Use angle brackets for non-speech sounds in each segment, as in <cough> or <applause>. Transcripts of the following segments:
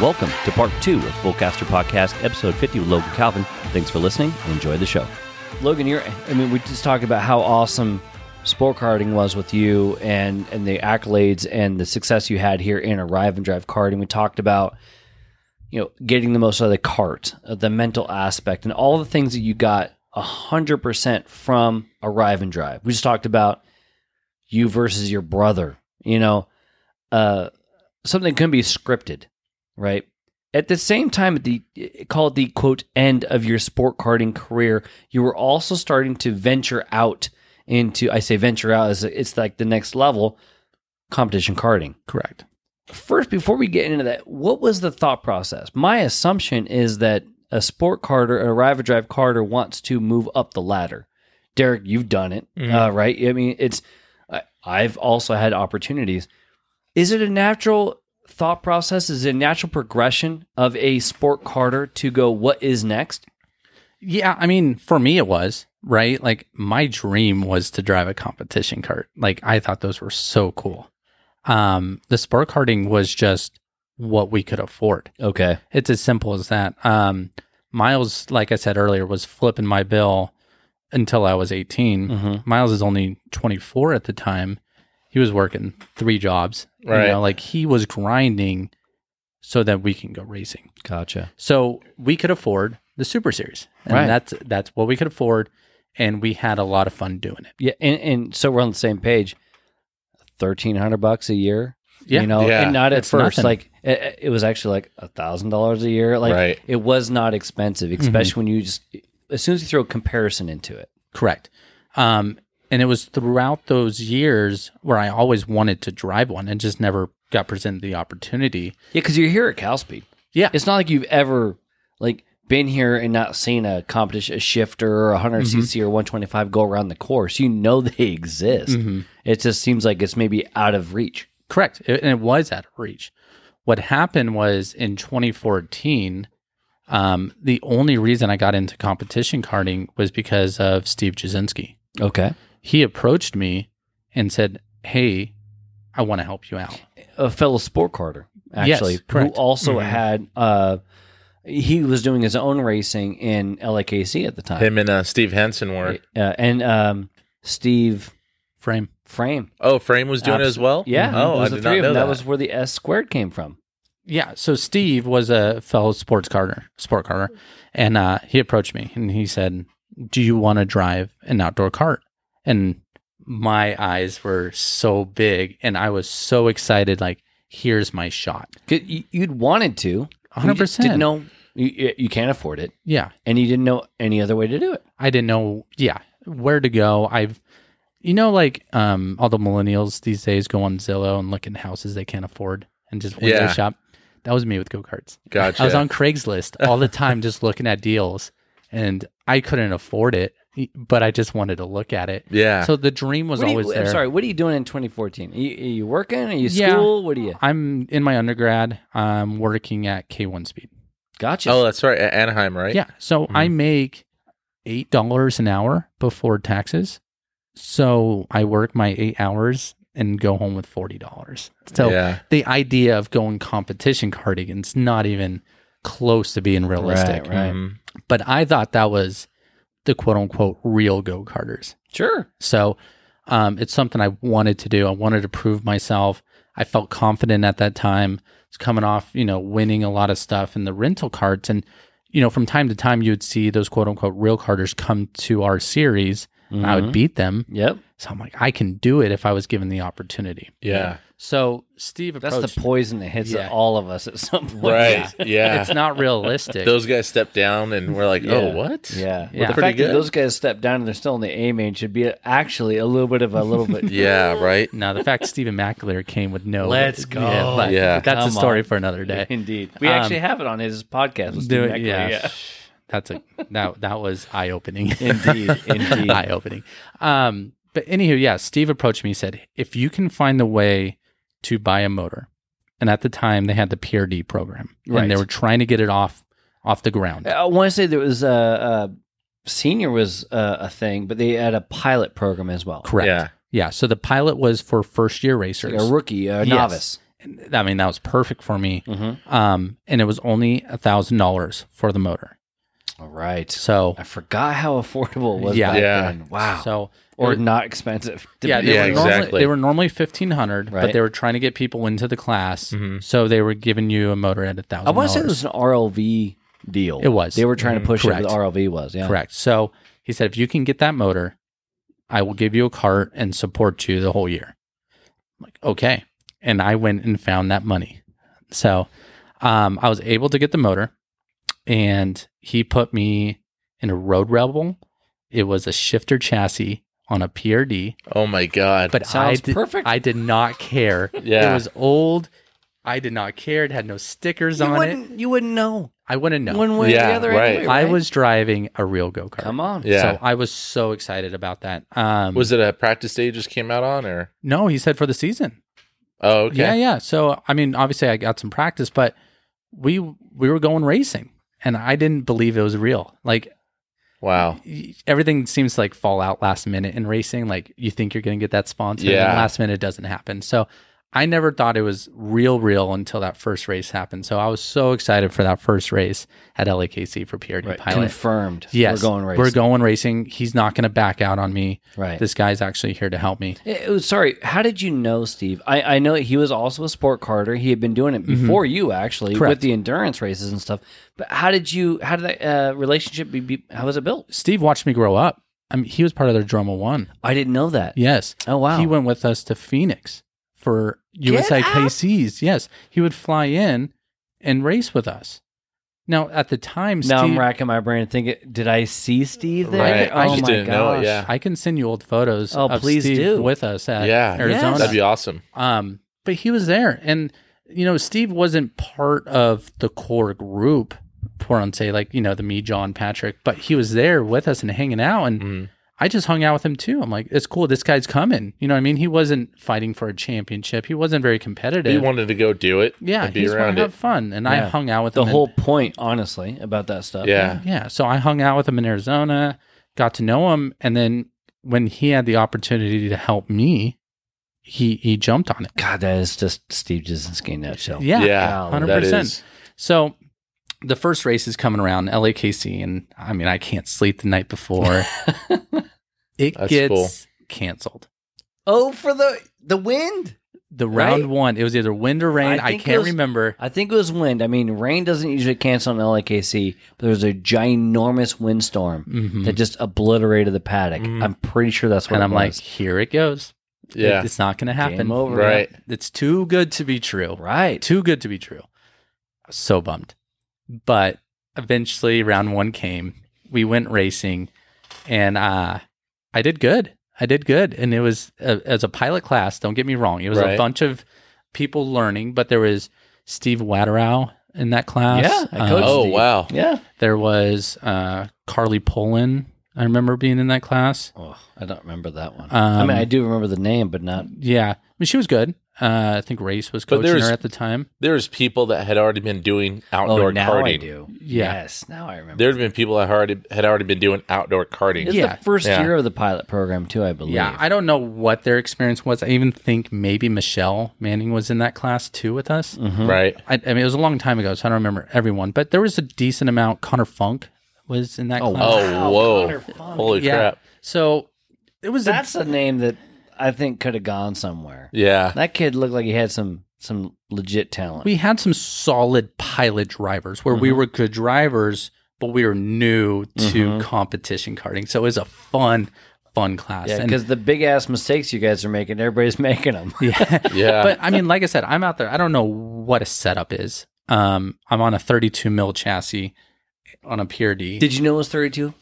Welcome to part two of Fullcaster Podcast, episode 50 with Logan Calvin. Thanks for listening and enjoy the show. Logan, you're, I mean, we just talked about how awesome sport karting was with you and, and the accolades and the success you had here in Arrive and Drive Karting. We talked about, you know, getting the most out of the cart, uh, the mental aspect, and all the things that you got 100% from Arrive and Drive. We just talked about you versus your brother, you know, uh, something can be scripted right? At the same time, at the call it the quote end of your sport karting career, you were also starting to venture out into. I say venture out as it's like the next level, competition karting. Correct. First, before we get into that, what was the thought process? My assumption is that a sport karter, a rival drive karter, wants to move up the ladder. Derek, you've done it, Mhm. uh, right? I mean, it's. I- I've also had opportunities. Is it a natural thought process? Is it a natural progression of a sport karter to go? What is next? Yeah, I mean, for me it was, right? Like my dream was to drive a competition cart. Like I thought those were so cool. Um the sport karting was just what we could afford. Okay, It's as simple as that. Um Miles, like I said earlier, was flipping my bill until I was 18. Mhm. Miles is only 24 at the time. He was working three jobs. Right. You know, like he was grinding so that we can go racing. gotcha. So we could afford the Super Series, and Right. that's that's what we could afford, and we had a lot of fun doing it. Yeah, and, and so we're on the same page. Thirteen hundred bucks a year. Yeah, you know, Yeah. and not at It's first. nothing. Like it, it was actually like a thousand dollars a year. Like Right. it was not expensive, Mm-hmm. especially when you just as soon as you throw a comparison into it. correct. Um, and it was throughout those years where I always wanted to drive one and just never got presented the opportunity. Yeah, because you're here at Calspeed. Yeah. it's not like you've ever like been here and not seen a competition, a shifter, or a 100 Mm-hmm. cc or one twenty five go around the course. You know <laughs> they exist. Mm-hmm. It just seems like it's maybe out of reach. Correct, It- and it was out of reach. What happened was in 2014. Um, the only reason I got into competition karting was because of Steve Jasinski. Okay, He approached me and said, "Hey, I want to help you out." a fellow sport carter actually Yes, who correct. Mm-hmm. also Mhm. had uh he was doing his own racing in LAKC at the time. Him and uh, Steve Henson were. Uh, and um, Steve frame. Frame. Oh, Frame was doing it as well. Yeah. Oh, it was I the did three not of know them. that. That was where the S squared came from. Yeah. So Steve was a fellow sports carter, sport carter, and uh, he approached me and he said, "Do you want to drive an outdoor cart?" And my eyes were so big, and I was so excited. Like, here's my shot. 'Cause you- You'd wanted to. you Hundred just Didn't percent. know you, you can't afford it, Yeah. and you didn't know any other way to do it. I didn't know. Yeah, where to go. I've. You know, like um, all the millennials these days go on Zillow and look in houses they can't afford and just window Yeah. shop. That was me with go karts. Gotcha. I was on Craigslist all the time just looking at deals and I couldn't afford it, but I just wanted to look at it. yeah. So the dream was What do you- always there. I'm sorry. What are you doing in 2014? Are you, are you working? Are you Yeah. school? What are you? I'm in my undergrad. I'm working at K1 Speed. Gotcha. oh, that's right. At Anaheim, right? Yeah. So I make $8 an hour before taxes. So I work my eight hours and go home with $40. So yeah. the idea of going competition karting is not even close to being realistic. Right, right. Mhm. but I thought that was the quote unquote real go karters. sure. So um, it's something I wanted to do. I wanted to prove myself. I felt confident at that time. It's coming off, you know, winning a lot of stuff in the rental carts. And, you know, from time to time, you would see those quote unquote real carters come to our series and I would Mhm. beat them. Yep. So I'm like, I can do it if I was given the opportunity. Yeah. So Steve That's approached the poison that hits Yeah. all of us at some point. Right. <laughs> Yeah. It's <laughs> not realistic. Those guys stepped down, and we're like, Yeah. "Oh, what? Yeah. Yeah. Well, the Pretty fact that good. those guys stepped down and they're still in the A main should be actually a little bit of a little <laughs> bit. Yeah, <laughs> right. no, the fact Stephen McAleer came with no. <laughs> Let's go. but Yeah. that's Come a story on. for another <laughs> day. Indeed. We Um, actually have it on his podcast. Let's do Do it. it, yeah. <laughs> That's a that that was eye opening. Indeed. <laughs> Indeed. eye opening. Um, but anywho, yeah, Steve approached me and said, if you can find the way to buy a motor, and at the time they had the PRD program, Right. and they were trying to get it off off the ground. Uh, I want to say there was a, uh senior was uh, a thing, but they had a pilot program as well. Correct. Yeah. Yeah. So the pilot was for first year It's racers. Like a rookie, a Yes. novice. And I mean, that was perfect for me. Mm-hmm. Um, and it was only a thousand dollars for the motor. All right. So, I forgot how affordable it was Yeah. back Yeah. then. Wow. so or not expensive. <laughs> yeah, they depending were Yeah, on- exactly. normally, they were normally fifteen hundred, but Right. Mm-hmm. they were trying to get people into the class, Mhm. so they were giving you a motor at a thousand. I want to say it was an RLV deal. It was. Mm-hmm. They were trying to Mhm. push Correct. it. The RLV was. Yeah. correct. So he said, if you can get that motor, I will give you a cart and support you the whole year. I'm like okay, and I went and found that money. So um, I was able to get the motor, and he put me in a Road Rebel. It was a shifter chassis on a PRD, Oh my god. but I Sounds did, perfect. I did <laughs> not care. yeah. It was old. I did not care. It had no stickers You on it. wouldn't. You wouldn't know I wouldn't know. one way or the Yeah, other. right. anyway, I right? was driving a real go kart. Come on. yeah. So I was so excited about that. Um, was it a practice day you just came out on or? No, he said for the season. Oh, okay. Yeah, yeah. So I mean, obviously, I got some practice, but we we were going racing, and I didn't believe it was real. Like Wow. y- everything seems to like fall out last minute in racing. Like you think you're going to get that sponsor, and Yeah. then last minute it doesn't happen. So I never thought it was real, real until that first race happened. So I was so excited for that first race at LAKC for PRD Right. Pilot. Confirmed. Yes, We're going racing. We're going racing. He's not going to back out on me. Right. This guy's actually here to help me. It- it was- Eh, sorry. How did you know, Steve? I, I know he was also a sport carter. He had been doing it before you, actually, with Mm-hmm. Correct. the endurance races and stuff. But how did you? How did that uh, relationship be, be? How was it built? Steve watched me grow up. I mean, he was part of their Drama One. I didn't know that. Yes. Oh wow. He went with us to Phoenix for USA KCs. Yes. He would fly in and race with us. Now, at the time, now Steve, I'm racking my brain thinking, did I see Steve there? Right. Oh I just my didn't know it, gosh. yeah. I can send you old photos Oh, of please Steve do. with us at Yeah. Arizona. Yes. That'd be awesome. Um, but he was there, and you know, Steve wasn't part of the core group. Pour on say like you know the me, John, Patrick, but he was there with us and hanging out, and Mhm. I just hung out with him too. I'm like, it's cool. This guy's coming. You know what I mean? He wasn't fighting for a championship. He wasn't very competitive. He wanted to go do it. yeah, and he be just wanted around to it. have fun, and I Yeah. hung out with The him in- whole point, honestly, about that stuff. Yeah. yeah. So I hung out with him in Arizona, got to know him, and then when he had the opportunity to help me, he he jumped on it. God, that is just Steve Jasinski in a nutshell. Yeah, Golly. Yeah. That 100%. is. So the first race is coming around, LAKC, and I mean, I can't sleep the night before. it That's gets cool. canceled. Oh, for the the wind. The round Right? one, it was either wind or rain. I I, think it can't was- remember. I think it was wind. I mean, rain doesn't usually cancel on LAKC, but there was a ginormous windstorm Mhm. that just obliterated the paddock. Mhm. I'm pretty sure that's what Mm-hmm. And it I'm like, was. here it goes. It- Yeah. it's not going to happen. Game over. Right. It's too good to be true. Right. Too good to be true. So bummed. But eventually round one came. We went racing and uh I did good. I did good. And it was a, as a pilot class, don't get me wrong. It was a Right. bunch of people learning, but there was Steve Watterow in that class. Yeah, I coached Um, Oh, Steve. wow. Yeah. There was uh Carly Polin. I remember being in that class. Oh, I don't remember that one. I Um, mean, I do remember the name, but not. Yeah. I mean she was good. Uh, I think Race was But coaching there's- her at the time. There's people that had already been doing outdoor oh, now karting. I do. Yeah. Yes, now I remember. There had been people that had already, had already been doing outdoor karting. It's Yeah. the first Yeah. year of the pilot program too, I believe. Yeah, I don't know what their experience was. I even think maybe Michelle Manning was in that class too with us. Right. I, I mean, it was a long time ago, so I don't remember everyone, but there was a decent amount. Connor Funk was in that class. Oh, whoa. Connor Funk. Holy yeah. crap. So it was That's a name that I think could have gone somewhere. <laughs> Yeah. That kid looked like he had some some legit talent. a, we had some solid pilot drivers where Mm-hmm. we were good drivers, but we were new to Mm-hmm. competition karting. So it was a fun, fun class. yeah, And- because the big ass mistakes you guys are making, everybody's <laughs> making them. yeah. Uh, Yeah. but I mean, like I said, I'm out there. I don't know what a setup is. Um, I'm on a 32 mil chassis on a PRD. Did you know it was thirty two?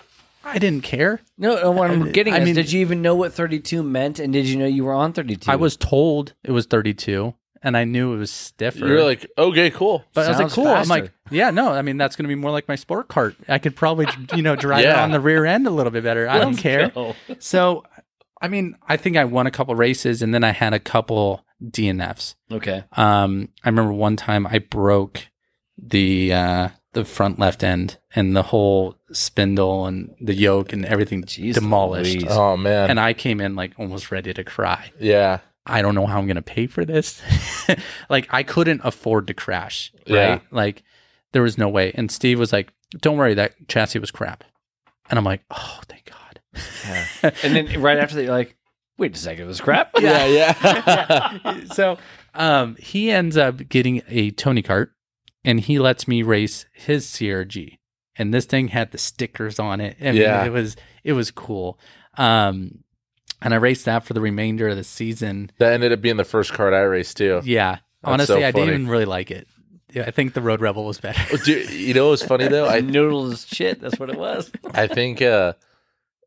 I didn't care. No, no, what I'm getting I at is, mean- did you even know what thirty two meant, and did you know you were on thirty two? I was told it was 32, and I knew it was stiffer. You're like, okay, cool. but I was like, Sounds cool. faster. I'm like, yeah, no. I mean, that's going to be more like my sport cart. I could probably, you know, drive it Yeah. on the rear end a little bit better. I <laughs> don't care. Oh. So, I mean, I think I won a couple races, and then I had a couple DNFs. Okay. Um, I remember one time I broke the uh, the front left end and the whole spindle and the yoke and everything Jeez demolished. Louise. Oh, man. And I came in like almost ready to cry. yeah. I don't know how I'm going to pay for this. <laughs> like I couldn't afford to crash, right? Yeah. Like there was no way. And Steve was like, "Don't worry, that chassis was crap." And I'm like, "Oh, thank God." And then right after that, you're like, wait a second, it was crap. Yeah, yeah. <laughs> <laughs> so um, he ends up getting a Tony cart and he lets me race his CRG. And this thing had the stickers on it. I mean, Yeah. it was it was cool. Um, and I raced that for the remainder of the season. that ended up being the first card I raced too. Yeah. so Honestly, I funny. didn't even really like it. Yeah, I think the Road Rebel was better. Dude, you know what's <laughs> funny though? I noodles as shit. That's what it was. I think, uh,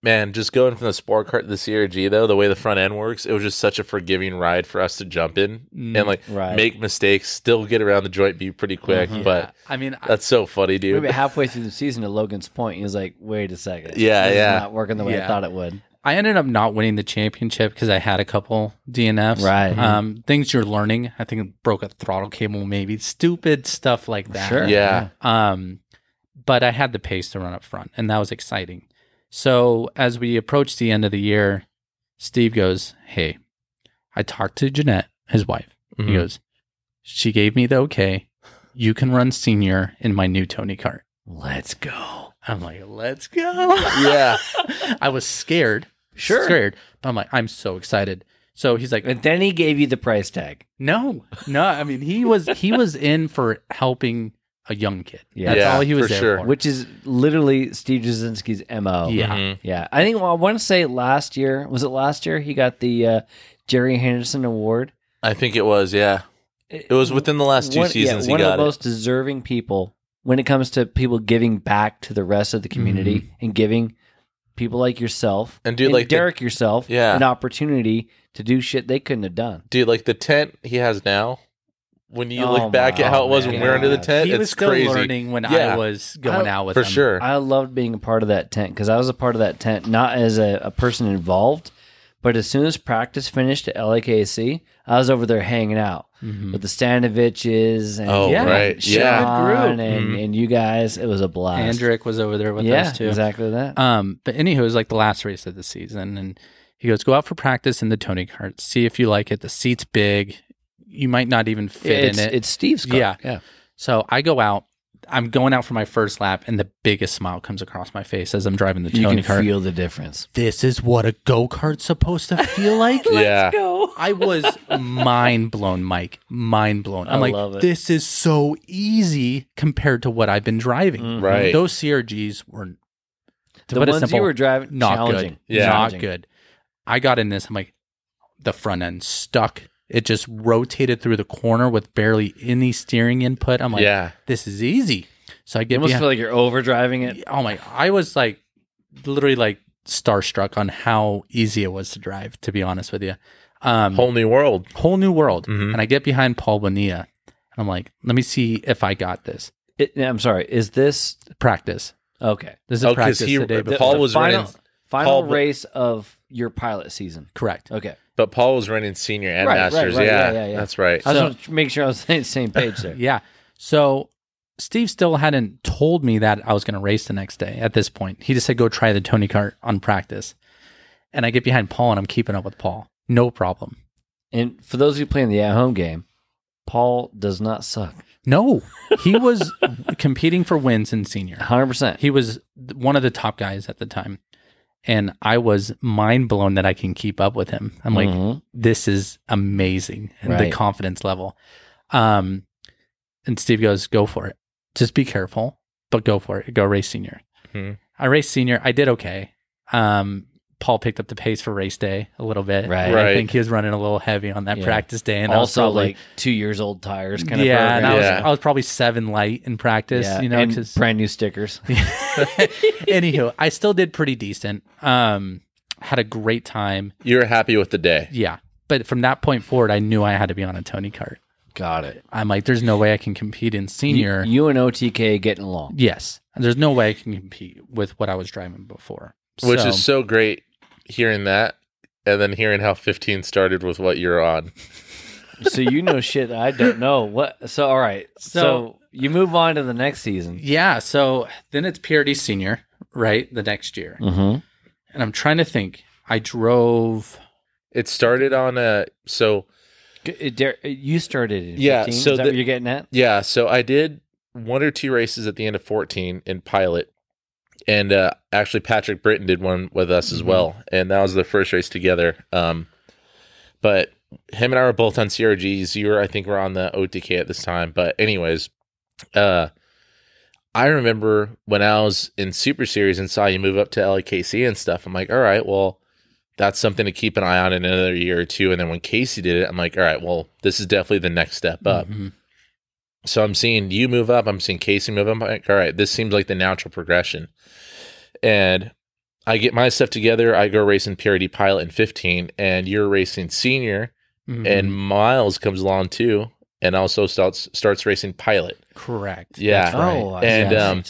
man, just going from the sport cart to the CRG though, the way the front end works, it was just such a forgiving ride for us to jump in <laughs> Mm-hmm. <laughs> and like Right. make mistakes, still get around the joint B pretty quick. Mm-hmm. But I mean, I- that's so funny, dude. Maybe halfway through the season, to Logan's point, he was like, wait a second. Yeah, this is yeah. not working the way I Yeah. thought it would. I ended up not winning the championship because I had a couple DNFs. Right. Um, things you're learning. I think it broke a throttle cable, maybe stupid stuff like that. Sure. yeah. Um, but I had the pace to run up front, and that was exciting. So as we approached the end of the year, Steve goes, "Hey, I talked to Jeanette, his wife. He Mhm. goes, she gave me the okay. You can run senior in my new Tony cart. Let's go. I'm like, let's go. Mm-hmm. Yeah. <laughs> I was scared, Sure. scared, but I'm like, I'm so excited. So he's like, And then he gave you the price tag. no, no. I mean, he was he was in for helping a young kid. Yeah. That's Yeah, all he was for there sure. for. Which is literally Steve Jasinski's MO. Yeah. Mhm. Yeah. I think well, I want to say last year, was it last year he got the uh, Jerry Henderson Award? I think it was, yeah. It was within the last two one, yeah, seasons one he of got the it. most deserving people when it comes to people giving back to the rest of the community and giving people like yourself And dude, Mm-hmm. like the- Derek yourself Yeah. an opportunity to do shit they couldn't have done. Dude, like the tent he has now, when you Oh look back my at how it was when we were under the God. tent, he it's was still crazy. learning when Yeah. I was going I- out with for him. sure. I loved being a part of that tent because I was a part of that tent, not as a, a person involved, but as soon as practice finished at LAKC, I was over there hanging out Mhm. with the Standoviches and Mm-hmm. Oh, Yeah. right. Sean Yeah. Mm-hmm. Good and, and you guys. It was a blast. Andrick was over there with yeah, us too. exactly that. Um, but anywho, it was like the last race of the season, and he goes, "Go out for practice in the Tony cart. See if you like it. The seat's big. You might not even fit it's, in it. it's Steve's car. Yeah. yeah. So I go out. I'm going out for my first lap, and the biggest smile comes across my face as I'm driving the You Tony can cart. feel the difference. this is what a go kart's supposed to feel like. yeah. I was mind blown, Mike. Mind blown. I'm I like, love it. this is so easy compared to what I've been driving. Right. Those CRGs were Mm. The put it ones you simple, were driving, not challenging. good. Yeah. Not Challenging. good. I got in this. I'm like, the front end stuck. It just rotated through the corner with barely any steering input. I'm like, yeah. this is easy. So I You get almost behind- feel like you're overdriving it. oh my i was like literally like starstruck on how easy it was to drive to be honest with you um whole, Whole new world. new world Mhm. and i get behind paul bonilla and i'm like let me see if i got this It- I'm sorry. Is this practice okay? this is Oh, 'cause practice he- the day the- before Paul was final, running- final Paul- race of your pilot season. correct Okay, But Paul was running senior and Right, right, masters. right, yeah, yeah, yeah, yeah. That's right. I just So- want to make sure I was on the same page <laughs> there. yeah so steve still hadn't told me that i was going to race the next day at this point he just said go try the tony cart on practice and i get behind paul and i'm keeping up with paul no problem And for those of you playing the at-home game, Paul does not suck. no <laughs> he was competing for wins in senior 100. percent He was th- one of the top guys at the time. And I was mind blown that I can keep up with him. I'm like, Mhm. this is amazing. And Right. the confidence level. Um, and Steve goes, go for it. Just be careful, but go for it. Go race senior. Hmm. Mhm. I raced senior. I did okay. Um, Paul picked up the pace for race day a little bit. Right. I Right. think he was running a little heavy on that Yeah. practice day. And I was also probably- like two years old tires kind yeah, of and I was, Yeah. I was probably seven light in practice, you know, and 'cause- <laughs> brand new stickers. Anywho, I still did pretty decent. Um, had a great time. You were happy with the day. Yeah. But from that point forward, I knew I had to be on a Tony cart. Got it. I'm like, there's no way I can compete in senior. You and OTK getting along. yes. There's no way I can compete with what I was driving before. Which So- is so great hearing that and then hearing how 15 started with what you're on. so you <laughs> know shit that I don't know. What? So all right. So, So- you move on to the next season. yeah. So then it's PRD Mm. senior, right? The next year. Mm-hmm. And I'm trying to think. I drove It started on a so G- it dare- You started in Yeah, 15. so Is that the- what you're getting at? yeah. So I did one or two races at the end of fourteen in pilot, and uh, actually Patrick Britton did one with us as Mhm. well, and that was the first race together. Um, but him and I were both on CRGs. You were, I think, we're on the OTK at this time. But anyways, uh, I remember when I was in Super Series and saw you move up to LAKC and stuff. I'm like, all right, well, that's something to keep an eye on in another year or two. And then when Casey did it, I'm like, all right, well, this is definitely the next step up. Mhm. So I'm seeing you move up. I'm seeing Casey move up. I'm like, all right, this seems like the natural progression. And I get my stuff together. I go racing Purity Pilot in 15, and you're racing Senior, Mhm. Mm-hmm. and Miles comes along too, and also starts starts racing Pilot. correct. Yeah. That's right. Oh, I And, see. um,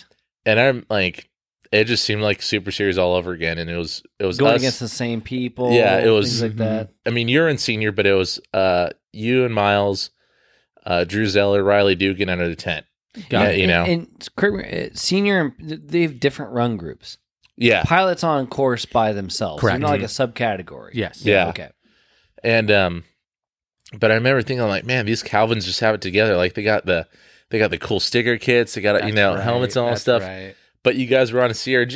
And I'm like, it just seemed like Super Series all over again. And it was it was going us. against the same people. Yeah, it was- Mm-hmm. things like that. I mean, you're in Senior, but it was uh you and Miles, uh Drew Zeller, Riley Dugan under the tent. Got Yeah, it. you know. And, correct me- uh, senior, they have different run groups. Yeah. Pilots on course by themselves. Correct. Correct. Mm-hmm. not like a subcategory. Yes. Yeah. Okay. And um but I remember thinking like, man, these Calvins just have it together. Like they got the they got the cool sticker kits, they got you That's know, right. helmets and all that That's stuff. right. But you guys were on a CRG. <laughs>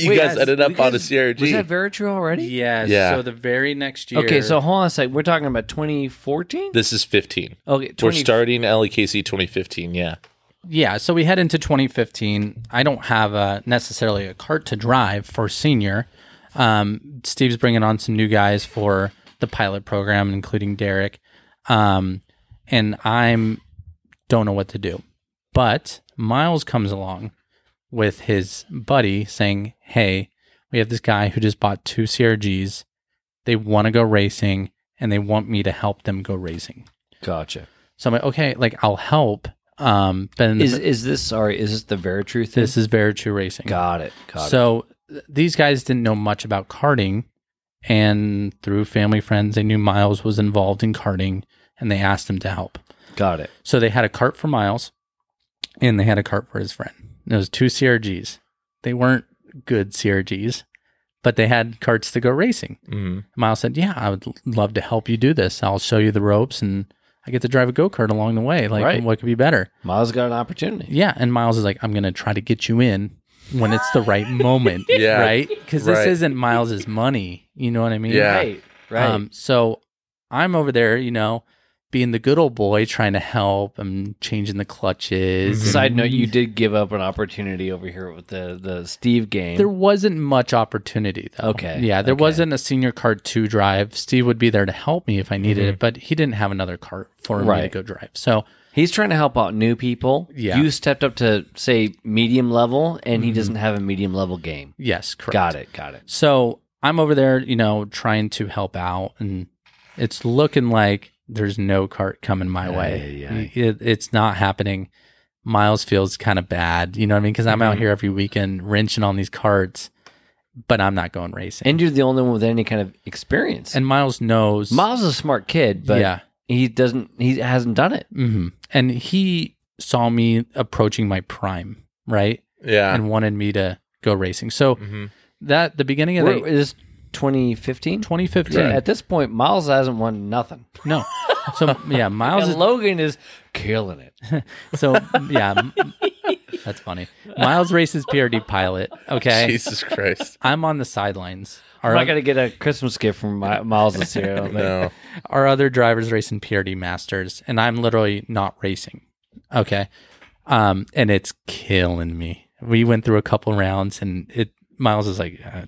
you Wait, guys that's- ended up we on a guys- CRG. Was that Veritrue already? Yes. Yeah. So the very next year. Okay, so hold on a sec. We're talking about 2014? this is 15. Okay, We're 20, starting E LAKC 2015, yeah. yeah, so we head into 2015. I don't have a, necessarily a cart to drive for senior. Um, Steve's bringing on some new guys for the pilot program, including Derek, um, and I'm don't know what to do. But Miles comes along with his buddy saying, "Hey, we have this guy who just bought two CRGs. They want to go racing, and they want me to help them go racing." Gotcha. So I'm like, okay, like I'll help. Um, but in the- Is is this sorry, is this the Veritruth? thing? this is Veritrue Racing. Got it. Got it. so th- these guys didn't know much about karting, and through family friends, they knew Miles was involved in karting, and they asked him to help. Got it. So they had a cart for Miles, and they had a cart for his friend. It was two CRGs. They weren't good CRGs, but they had carts to go racing. Mm-hmm. Miles said, "Yeah, I would l- love to help you do this. I'll show you the ropes, and I get to drive a go kart along the way. Like, Right. what could be better?" Miles got an opportunity. Yeah, and Miles is like, I'm gonna try to get you in when it's the right moment, <laughs> Yeah. right? Because this Right. isn't Miles's money. You know what I mean? Yeah. Right. Right. Um, so I'm over there, you know, being the good old boy, trying to help. I'm changing the clutches. Mhm. Side note, you did give up an opportunity over here with the the Steve game. There wasn't much opportunity, though. Okay, Yeah, there okay. wasn't a senior card to drive. Steve would be there to help me if I needed it, but he didn't have another cart for me to Mm-hmm. Right. go drive. So He's trying to help out new people. Yeah. You stepped up to say medium level and he doesn't have a medium level game. yes, correct. Got it. Got it. So I'm over there, you know, trying to help out, and it's looking like there's no cart coming my Aye, way. aye, It, it's not happening. Miles feels kind of bad, you know what I mean? Because I'm Mm-hmm. out here every weekend wrenching on these carts, but I'm not going racing. And you're the only one with any kind of experience. And Miles knows, Miles is a smart kid, but yeah, he doesn't he hasn't done it. hmm and he saw me approaching my prime, right, Yeah. and wanted me to go racing. So hmm that the beginning of We're- the Mm-hmm. Is 2015? 2015, Yeah, At this point, Miles hasn't won nothing. no, so <laughs> yeah, Miles And is Logan is killing it. So yeah, m- that's funny. Miles races PRD pilot. Okay, <laughs> Jesus <laughs> Christ. I'm on the sidelines. I'm Our, not gonna get a Christmas gift from Mi- Miles this year. I don't think. <laughs> No. our other drivers racing PRD masters, and I'm literally not racing. Okay, um, and it's killing me. We went through a couple rounds, and it Miles is like, uh,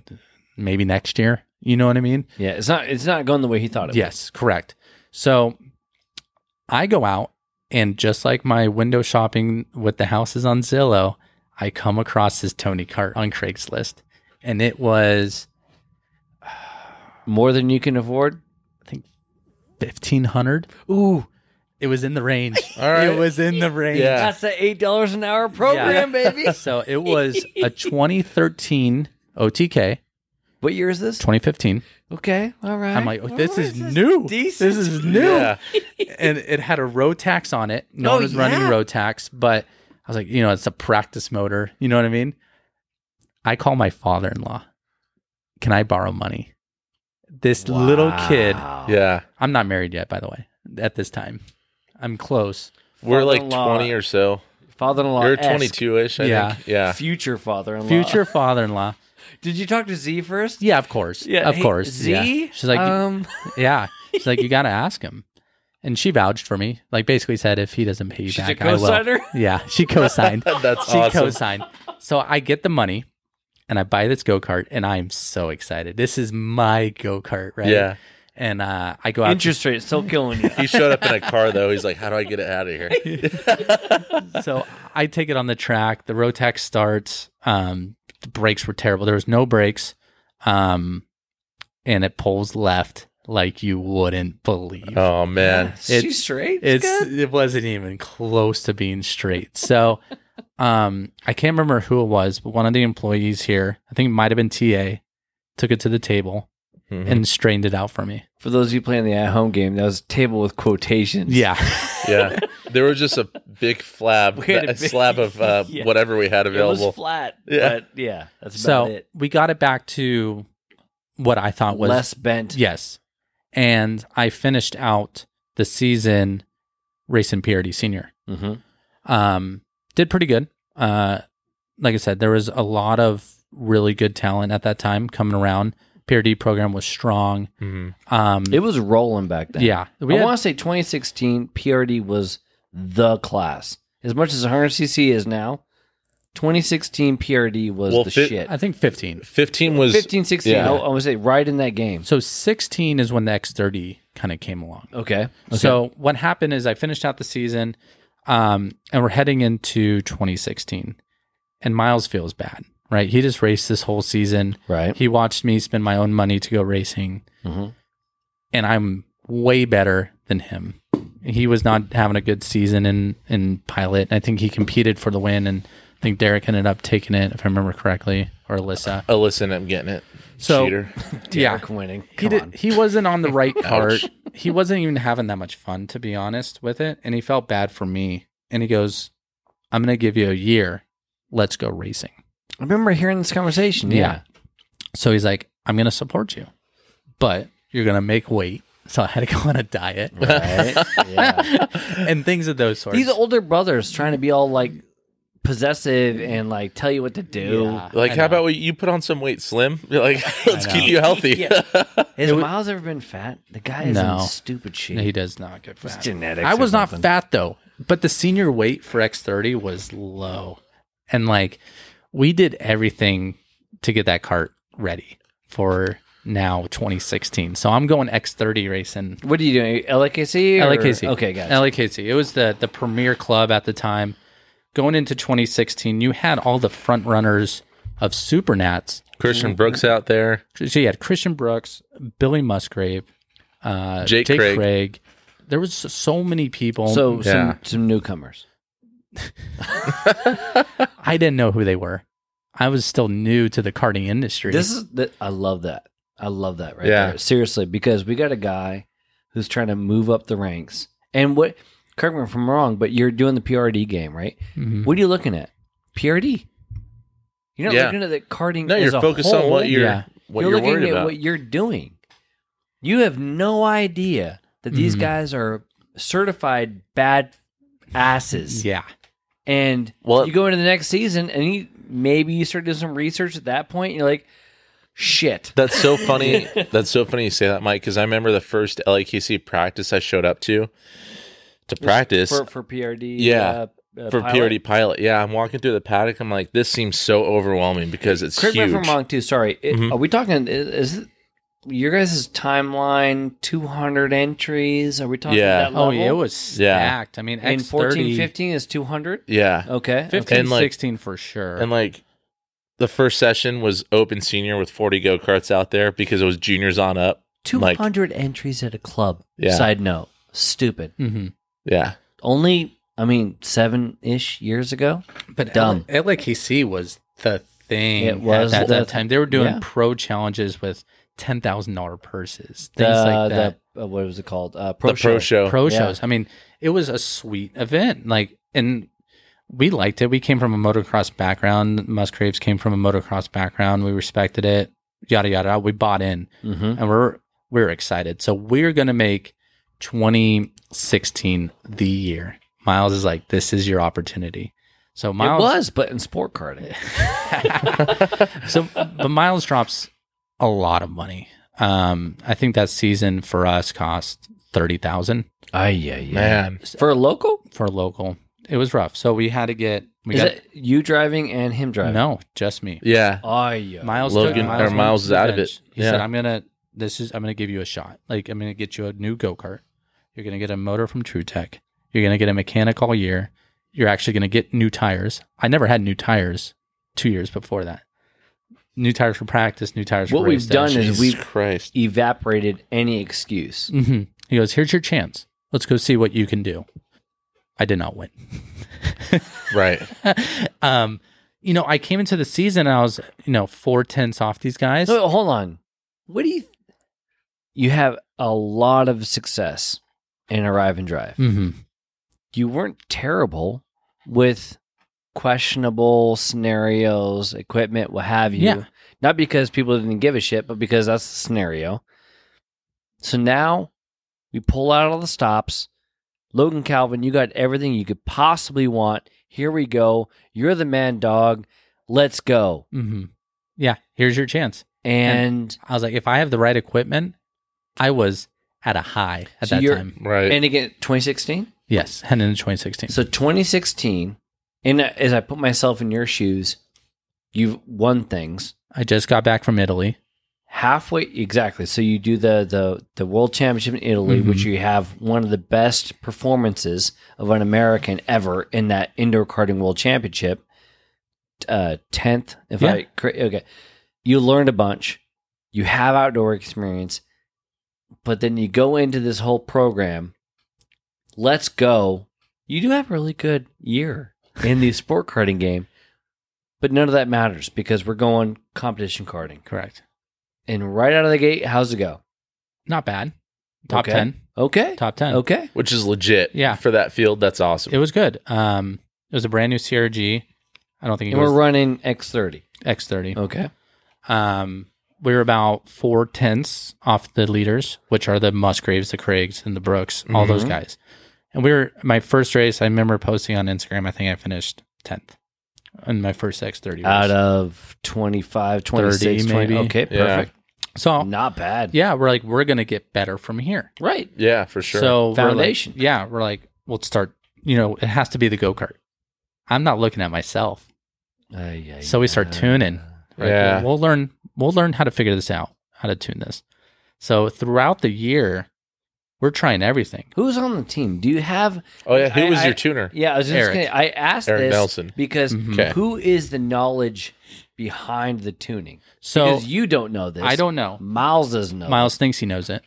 maybe next year. You know what I mean? Yeah, it's not. It's not going the way he thought it. Yes, correct. So I go out and just like my window shopping with the houses on Zillow, I come across this Tony cart on Craigslist. And it was would. more than you can afford. fifteen hundred. Ooh, It was in the <laughs> range. All right. It was in the range. Yeah. that's the eight dollars an hour program, baby. <laughs> So it was a twenty thirteen OTK, What year is this? twenty fifteen. Okay, all right. I'm like, oh, this All is right, new. decent. This is new. Yeah. and it had a Rotax on it. No Oh, one was running yeah. Rotax, but I was like, you know, it's a practice motor. You know what I mean? I call my father in law. Can I borrow money? This little kid. Wow. Yeah. I'm not married yet, by the way. At this time, I'm close. We're like Father-in-law. 20 or so. Father-in-law. You're 22 ish, I Yeah. <laughs> think. Yeah. Future father-in-law. Future father-in-law. Did you talk to Z first? Yeah, of course. of hey, course. Z. Yeah. She's like, um, yeah. She's like, you got to ask him. And she vouched for me. Like, basically said, if he doesn't pay you she's a back, I will. co-signer. Yeah, <laughs> she co-signed. That's she awesome. co-signed. So I get the money, and I buy this go kart, and I'm so excited. This is my go kart, right? Yeah. And uh, I go out. Interest rate still killing <laughs> you. He showed up in a car, though. He's like, how do I get it out of here? so I take it on the track. The Rotax starts. Um, the brakes were terrible. There was no brakes. Um, and it pulls left like you wouldn't believe. Oh, man. <laughs> she's straight. it's good. it wasn't even close to being straight. So, um, I can't remember who it was, but one of the employees here, I think it might have been TA, took it to the table Mhm. and strained it out for me. for those of you playing the at-home game. That was table with quotations. Yeah, yeah. There was just a big flab, We had a a big- slab of uh, <laughs> Yeah. whatever we had it was available. flat. Yeah. but yeah, <laughs> that's about so it. we got it back to what I thought was Less bent. Yes. And I finished out the season race and purity senior. Mm-hmm. Um, did pretty good. Uh, like I said, there was a lot of really good talent at that time coming around. Purity program was strong. Mhm. Um, It was rolling back then. yeah, we I had- want to say 2016 PRD was the class. As much as 100cc is now, 2016 PRD was Well, the fit- shit. I think fifteen. 15 was. 15, 16, yeah. I, I would say right in that game. So sixteen is when the X thirty kind of came along. Okay. So what happened is I finished out the season, um, and we're heading into 2016, and Miles feels bad, right? He just raced this whole season. Right. He watched me spend my own money to go racing, Mhm. and I'm way better than him. He was not having a good season in in pilot, and I think he competed for the win, and I think Derek ended up taking it, if I remember correctly, or Alyssa. Oh, listen, I'm getting it. So Cheater. yeah, Derek winning. he Come did, on. he wasn't on <laughs> the right cart. Ouch. He wasn't even having that much fun, to be honest with it. And he felt bad for me. And he goes, "I'm going to give you a year. Let's go racing." I remember hearing this conversation. Yeah. So he's like, "I'm going to support you, but you're going to make weight." So I had to go on a diet Right? yeah. <laughs> and things of those <laughs> sorts. These older brothers trying to be all like possessive and like tell you what to do. Yeah, Like, I how know. about we, you put on some weight, Slim? <laughs> You're like, let's know. keep you healthy. Yeah. Has Miles ever been fat? The guy is No. in stupid shape. No, he does not get <laughs> fat. genetics I or was not something. fat though, but the senior weight for X30 was low, and like we did everything to get that cart ready for now 2016. So I'm going X30 racing. What are you doing? LAKC? Or? LAKC. Okay, guys. LAKC. It was the the premier club at the time. Going into 2016, you had all the front runners of Supernats. <laughs> Christian Brooks out there. So you had Christian Brooks, Billy Musgrave, uh, Jake Craig. There was so many people. so Yeah. some, some newcomers. I didn't know who they were. I was still new to the karting industry. This is the, I love that. I love that right Yeah. there. Seriously, because we got a guy who's trying to move up the ranks. And what correct me if I'm wrong, but you're doing the PRD game, right? Mhm. What are you looking at? PRD. You're not Yeah. looking at the karting. No, as you're a focused on whole. what you're, Yeah. what you're, you're, looking worried at about. what you're doing. You have no idea that these Mm-hmm. Mhm. guys are certified bad asses. yeah, And Well, you go into the next season and you maybe you start doing some research at that point. And you're like, shit. That's so <laughs> funny. That's so funny you say that, Mike, because I remember the first LAKC practice I showed up to to practice for, for PRD. Yeah. Uh, uh, for pilot. PRD E pilot. Yeah, I'm walking through the paddock. I'm like, this seems so overwhelming because it's Correct me if huge. I'm wrong too. Sorry. It- Mhm. Are we talking? Is, is it your guys' timeline 200 entries? Are we talking Yeah. that level? oh, yeah, it was Yeah. stacked. I mean, In X 14, 30, 15 is 200. Yeah, Okay. 15, And, like- 16 for sure. and like the first session was open senior with 40 go karts out there because it was juniors on up. Like- 200 entries at a club. Yeah. Side note. Stupid. Mhm. Yeah, Only, I mean, seven ish years ago. But Dumb. L- LAKC was the thing. It was at that, the- that time. They were doing yeah. pro challenges with ten thousand dollar purses, things the, like that. The, uh, what was it called? Uh, pro the pro show. pro Yeah. shows. I mean, it was a sweet event. Like, and we liked it. We came from a motocross background. Musgraves came from a motocross background. We respected it. yada yada. We bought in Mm-hmm. and we're we're excited. So we're gonna make 2016 the year. Miles is like, this is your opportunity. So Miles It was, but in sport karting. <laughs> so but miles drops a lot of money um i think that season for us cost 30000 Ay, yeah, yeah. Man, For a local? for local it was rough so we had to get we Is got it you driving and him driving? no just me yeah, Ay, yeah. miles took, Logan- or went Miles to is the out of bench. it. he said Yeah. i'm gonna this is i'm gonna give you a shot like i'm gonna get you a new go-kart you're gonna get a motor from true tech you're gonna get a mechanic all year you're actually gonna get new tires i never had new tires two years before that new tires for practice new tires What for race we've day. <laughs> done is Jesus we- Christ. Evaporated any excuse. hmm He goes, "Here's your chance. Let's go see what you can do." I did not win. <laughs> Right. um, you know, I came into the season and I was, you know, four tenths off these guys. Oh. No, hold on. What do you. you have a lot of success in arrive and drive. hmm You weren't terrible with questionable scenarios, equipment, what have you. Yeah. Not because people didn't give a shit, but because that's the scenario. So now we pull out all the stops. Logan Calvin, you got everything you could possibly want. Here we go. You're the man dog. Let's go. hmm Yeah, here's your chance. And, I was like, if I have the right equipment, I was at a high at So that you're- time. Right. and again 2016? Yes, heading into 2016. So 2016, and as I put myself in your shoes, you've won things. I just got back from Italy. halfway exactly so you do the the the world championship in italy which you have one of the best performances of an american ever in that indoor karting world championship uh 10th if Yeah. i cor- okay you learned a bunch you have outdoor experience but then you go into this whole program let's go you do have a really good year in the sport karting game but none of that matters because we're going competition karting Correct. and right out of the gate, how's it go? Not bad. Top Okay. ten. Okay. Top ten. Okay. Which is legit. Yeah. For that field, that's awesome. It was good. Um, it was a brand new CRG. I don't think it And we're was running X30. X30. Okay. Um, we were about four tenths off the leaders, which are the Musgraves, the Craigs, and the Brooks, all those Mm-hmm. Mhm. guys. And we were my first race. I remember posting on Instagram. I think I finished tenth in my first X thirty Out race. of 25, 26, 30 20 maybe. Okay, Yeah. perfect. so Not bad. yeah, we're like we're gonna get better from here. Right. yeah, for sure. So we're like- Foundation. yeah, we're like we'll start. You know, it has to be the go kart. I'm not looking at myself. Ay, ay, So we start ay. tuning. Right? Yeah. We'll, we'll learn we'll learn how to figure this out, how to tune this. So throughout the year, we're trying everything. Who's on the team? Do you have? oh yeah, who I- was I- your tuner? Yeah, I was just Eric. going to. I asked Eric this Nelson. because Mhm. Okay. who is the knowledge behind the tuning? So Because you don't know this. I don't know. Miles doesn't know. Miles thinks he knows it.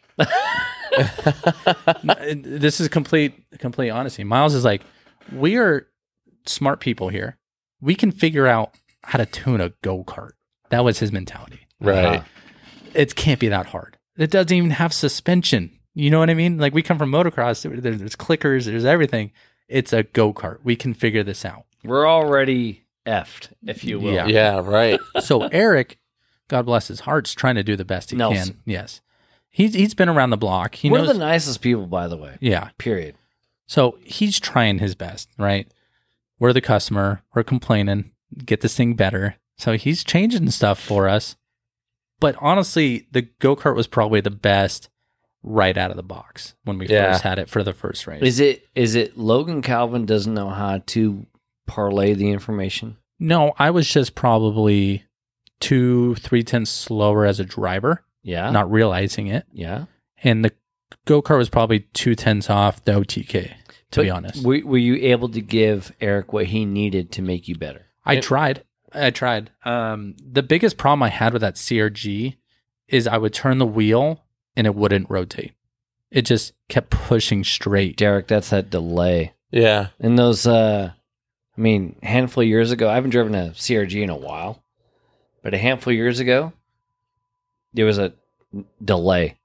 <laughs> N- this is complete complete honesty. Miles is like, we are smart people here. We can figure out how to tune a go kart. That was his mentality. Right. Uh-huh. it can't be that hard. It doesn't even have suspension. You know what I mean? Like we come from motocross. there- there- There's clickers. There's everything. It's a go kart. We can figure this out. We're already effed, if you will. Yeah. Yeah, right. So Eric, God bless his heart's trying to do the best he Nelson. can. Yes, he's he's been around the block. He We're knows. the nicest people, by the way. yeah. Period. So he's trying his best, right? We're the customer. We're complaining. Get this thing better. So he's changing stuff for us. But honestly, the go kart was probably the best right out of the box when we Yeah. first had it for the first race. Is it is it Logan Calvin doesn't know how to parlay the information? no, I was just probably two, three tenths slower as a driver, Yeah. not realizing it. yeah. And the go kart was probably two tenths off the OTK, to be But honest. Were, were you able to give Eric what he needed to make you better? I It- tried. I tried. Um, the biggest problem I had with that CRG is I would turn the wheel and it wouldn't rotate. It just kept pushing straight. Derek, that's that delay. Yeah. And those uh I mean, handful of years ago, I haven't driven a CRG in a while, but a handful of years ago, there was a delay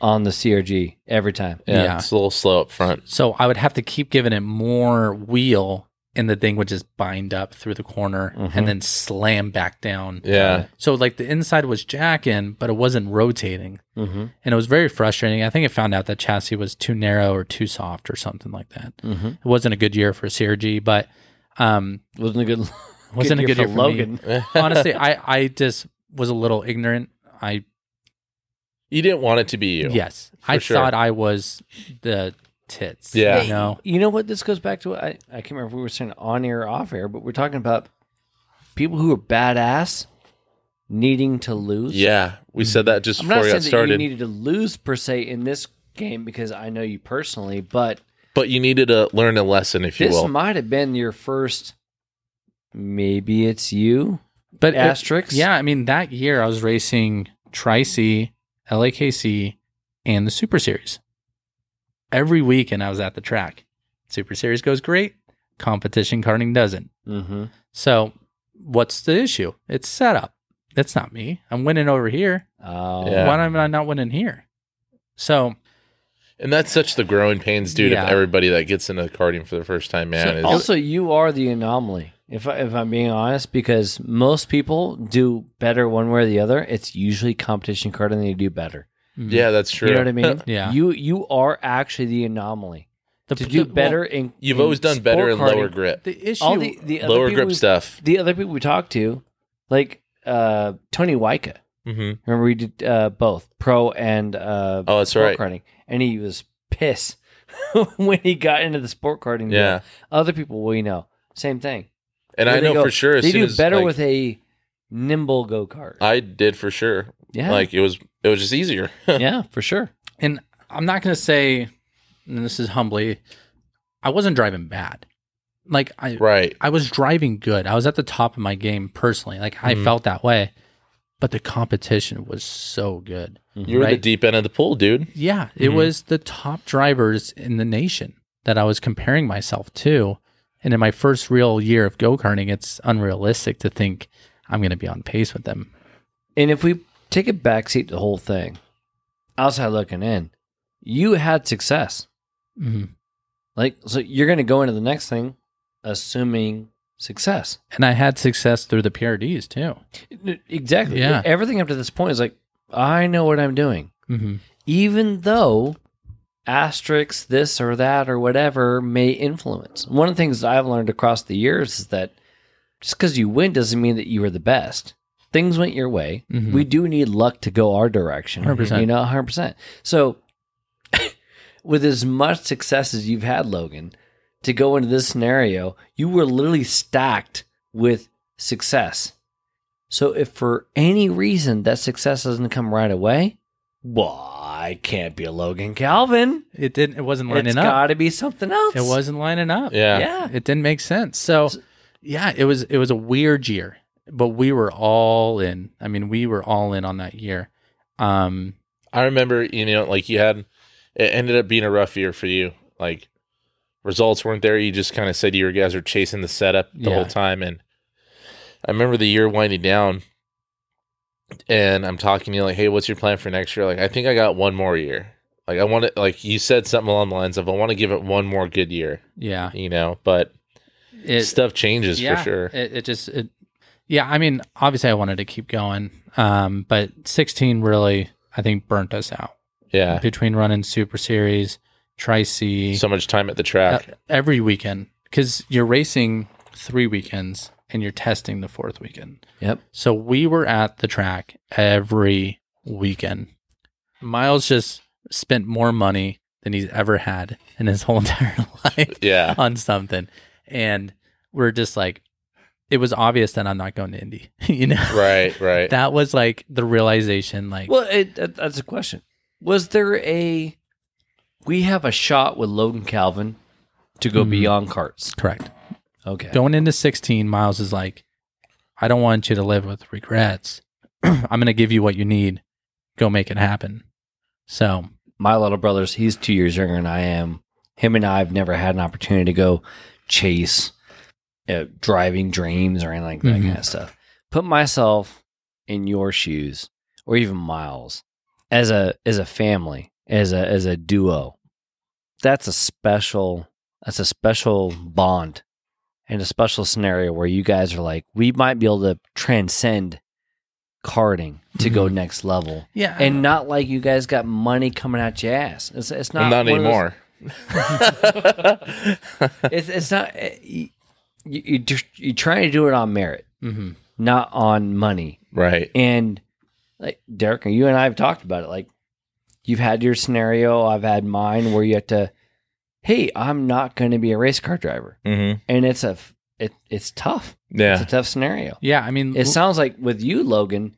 on the CRG every time. yeah. Yeah. It's a little slow up front. So I would have to keep giving it more wheel and the thing would just bind up through the corner Mhm. and then slam back down. Yeah. So like the inside was jacking, but it wasn't rotating. Mm-hmm. And it was very frustrating. I think I found out that chassis was too narrow or too soft or something like that. Mm-hmm. It wasn't a good year for CRG, but um Wasn't a good. <laughs> wasn't a good year for, me. Logan. <laughs> Honestly, I I just was a little ignorant. I you didn't want it to be you. yes, I sure. thought I was the tits. Yeah. you know? You know what? This goes back to I, I can't remember if we were saying on air or off air, but we're talking about people who are badass needing to lose. Yeah. We said that just I'm before not we saying got that you started. needed to lose per se in this game because I know you personally, but but you needed to learn a lesson, if you this will. might have been your first. Maybe it's you. But it- Asterix? yeah, I mean that year I was racing Tri C, LAKC, and the Super Series. Every weekend I was at the track. Super Series goes great. Competition karting doesn't. Mm-hmm. So what's the issue? It's setup. That's not me. I'm winning over here. Oh, Yeah. Why am I not winning here? So and that's such the growing pains, dude, Yeah. of everybody that gets into karting for the first time, man. So is- also, you are the anomaly, if I, if I'm being honest, because most people do better one way or the other. It's usually competition karting than you do better. mm, yeah, that's true. You know what I mean? Yeah. You you are actually the anomaly The- to do the- better well, in. <laughs> You've in always done better in sport karting. lower grip. the issue All the, the other Lower people grip we- stuff. The other people we talked to, like uh, Tony Wyka. hmm Remember we did uh, both pro and uh, Oh, that's sport right. karting, and he was pissed <laughs> when he got into the sport karting. deal. Yeah. Other people we know, same thing. And Where I they know go, for sure. As they soon do as, better like, with a nimble go kart. I did for sure. Yeah, Like it was, it was just easier. yeah, for sure. and I'm not going to say, and this is humbly, I wasn't driving bad. Like I, right. I was driving good. I was at the top of my game personally. Like I Mhm. felt that way, but the competition was so good. You were the Right. deep end of the pool, dude. Yeah, it Mhm. was the top drivers in the nation that I was comparing myself to. And in my first real year of go karting, it's unrealistic to think I'm going to be on pace with them. And if we take a backseat to the whole thing, outside looking in, you had success. Mhm. Like, so you're going to go into the next thing, assuming success. And I had success through the PRDs too. Exactly. Yeah. Everything up to this point is like, I know what I'm doing, hmm even though asterisks this or that or whatever may influence. One of the things that I've learned across the years is that just because you win doesn't mean that you were the best. Things went your way. Mhm. We do need luck to go our direction. 100%. You know, 100%. So, <laughs> with as much success as you've had, Logan, to go into this scenario, you were literally stacked with success. So, if for any reason that success doesn't come right away, well, I can't be a Logan Calvin. It didn't. It wasn't lining It's up. got to be something else. it wasn't lining up. Yeah. Yeah. it didn't make sense. So yeah, it was it was a weird year, but we were all in. I mean, we were all in on that year. Um I remember, you know, like you had, it ended up being a rough year for you. Like results weren't there. You just kind of said you guys were chasing the setup the Yeah. whole time. And I remember the year winding down and I'm talking to you like, Hey, what's your plan for next year? Like, I think I got one more year. Like I want to, like you said something along the lines of, I want to give it one more good year, yeah. you know, but It stuff changes yeah, for sure. It, it just it, yeah, I mean, obviously I wanted to keep going. Um but 16 really I think burnt us out. yeah. Between running Super Series, Tri-C, So much time at the track. Uh, every weekend because you're racing three weekends and you're testing the fourth weekend. Yep. So we were at the track every weekend. Miles just spent more money than he's ever had in his <laughs> whole entire life yeah. on something. And we're just like, it was obvious that I'm not going to Indy, <laughs> you know? Right. <laughs> Right. That was like the realization, like, Well, it, that, that's a question. Was there a we have a shot with Logan Calvin to go Mhm. beyond carts? correct. Okay. Going into 16, Miles is like, I don't want you to live with regrets. <clears throat> I'm going to give you what you need. Go make it happen. So, My little brother's he's two years younger than I am. Him and I have never had an opportunity to go chase uh, driving dreams or anything like that Mhm. kind of stuff. Put myself in your shoes, or even Miles, as a as a family, as a as a duo. That's a special. That's a special bond in a special scenario where you guys are like, we might be able to transcend karting to go Mhm. next level. Yeah. And not like you guys got money coming out your ass. It's, it's not Not, one of those- anymore. <laughs> <laughs> <laughs> it's, it's not. eh, You, you, you're trying to do it on merit, hmm not on money. right. And like Derek, you and I have talked about it. Like you've had your scenario, I've had mine, where you have to, hey, I'm not going to be a race car driver, Mm-hmm. and it's a f- it, it's tough. It's Yeah. a tough scenario. Yeah. I mean, It sounds like with you, Logan,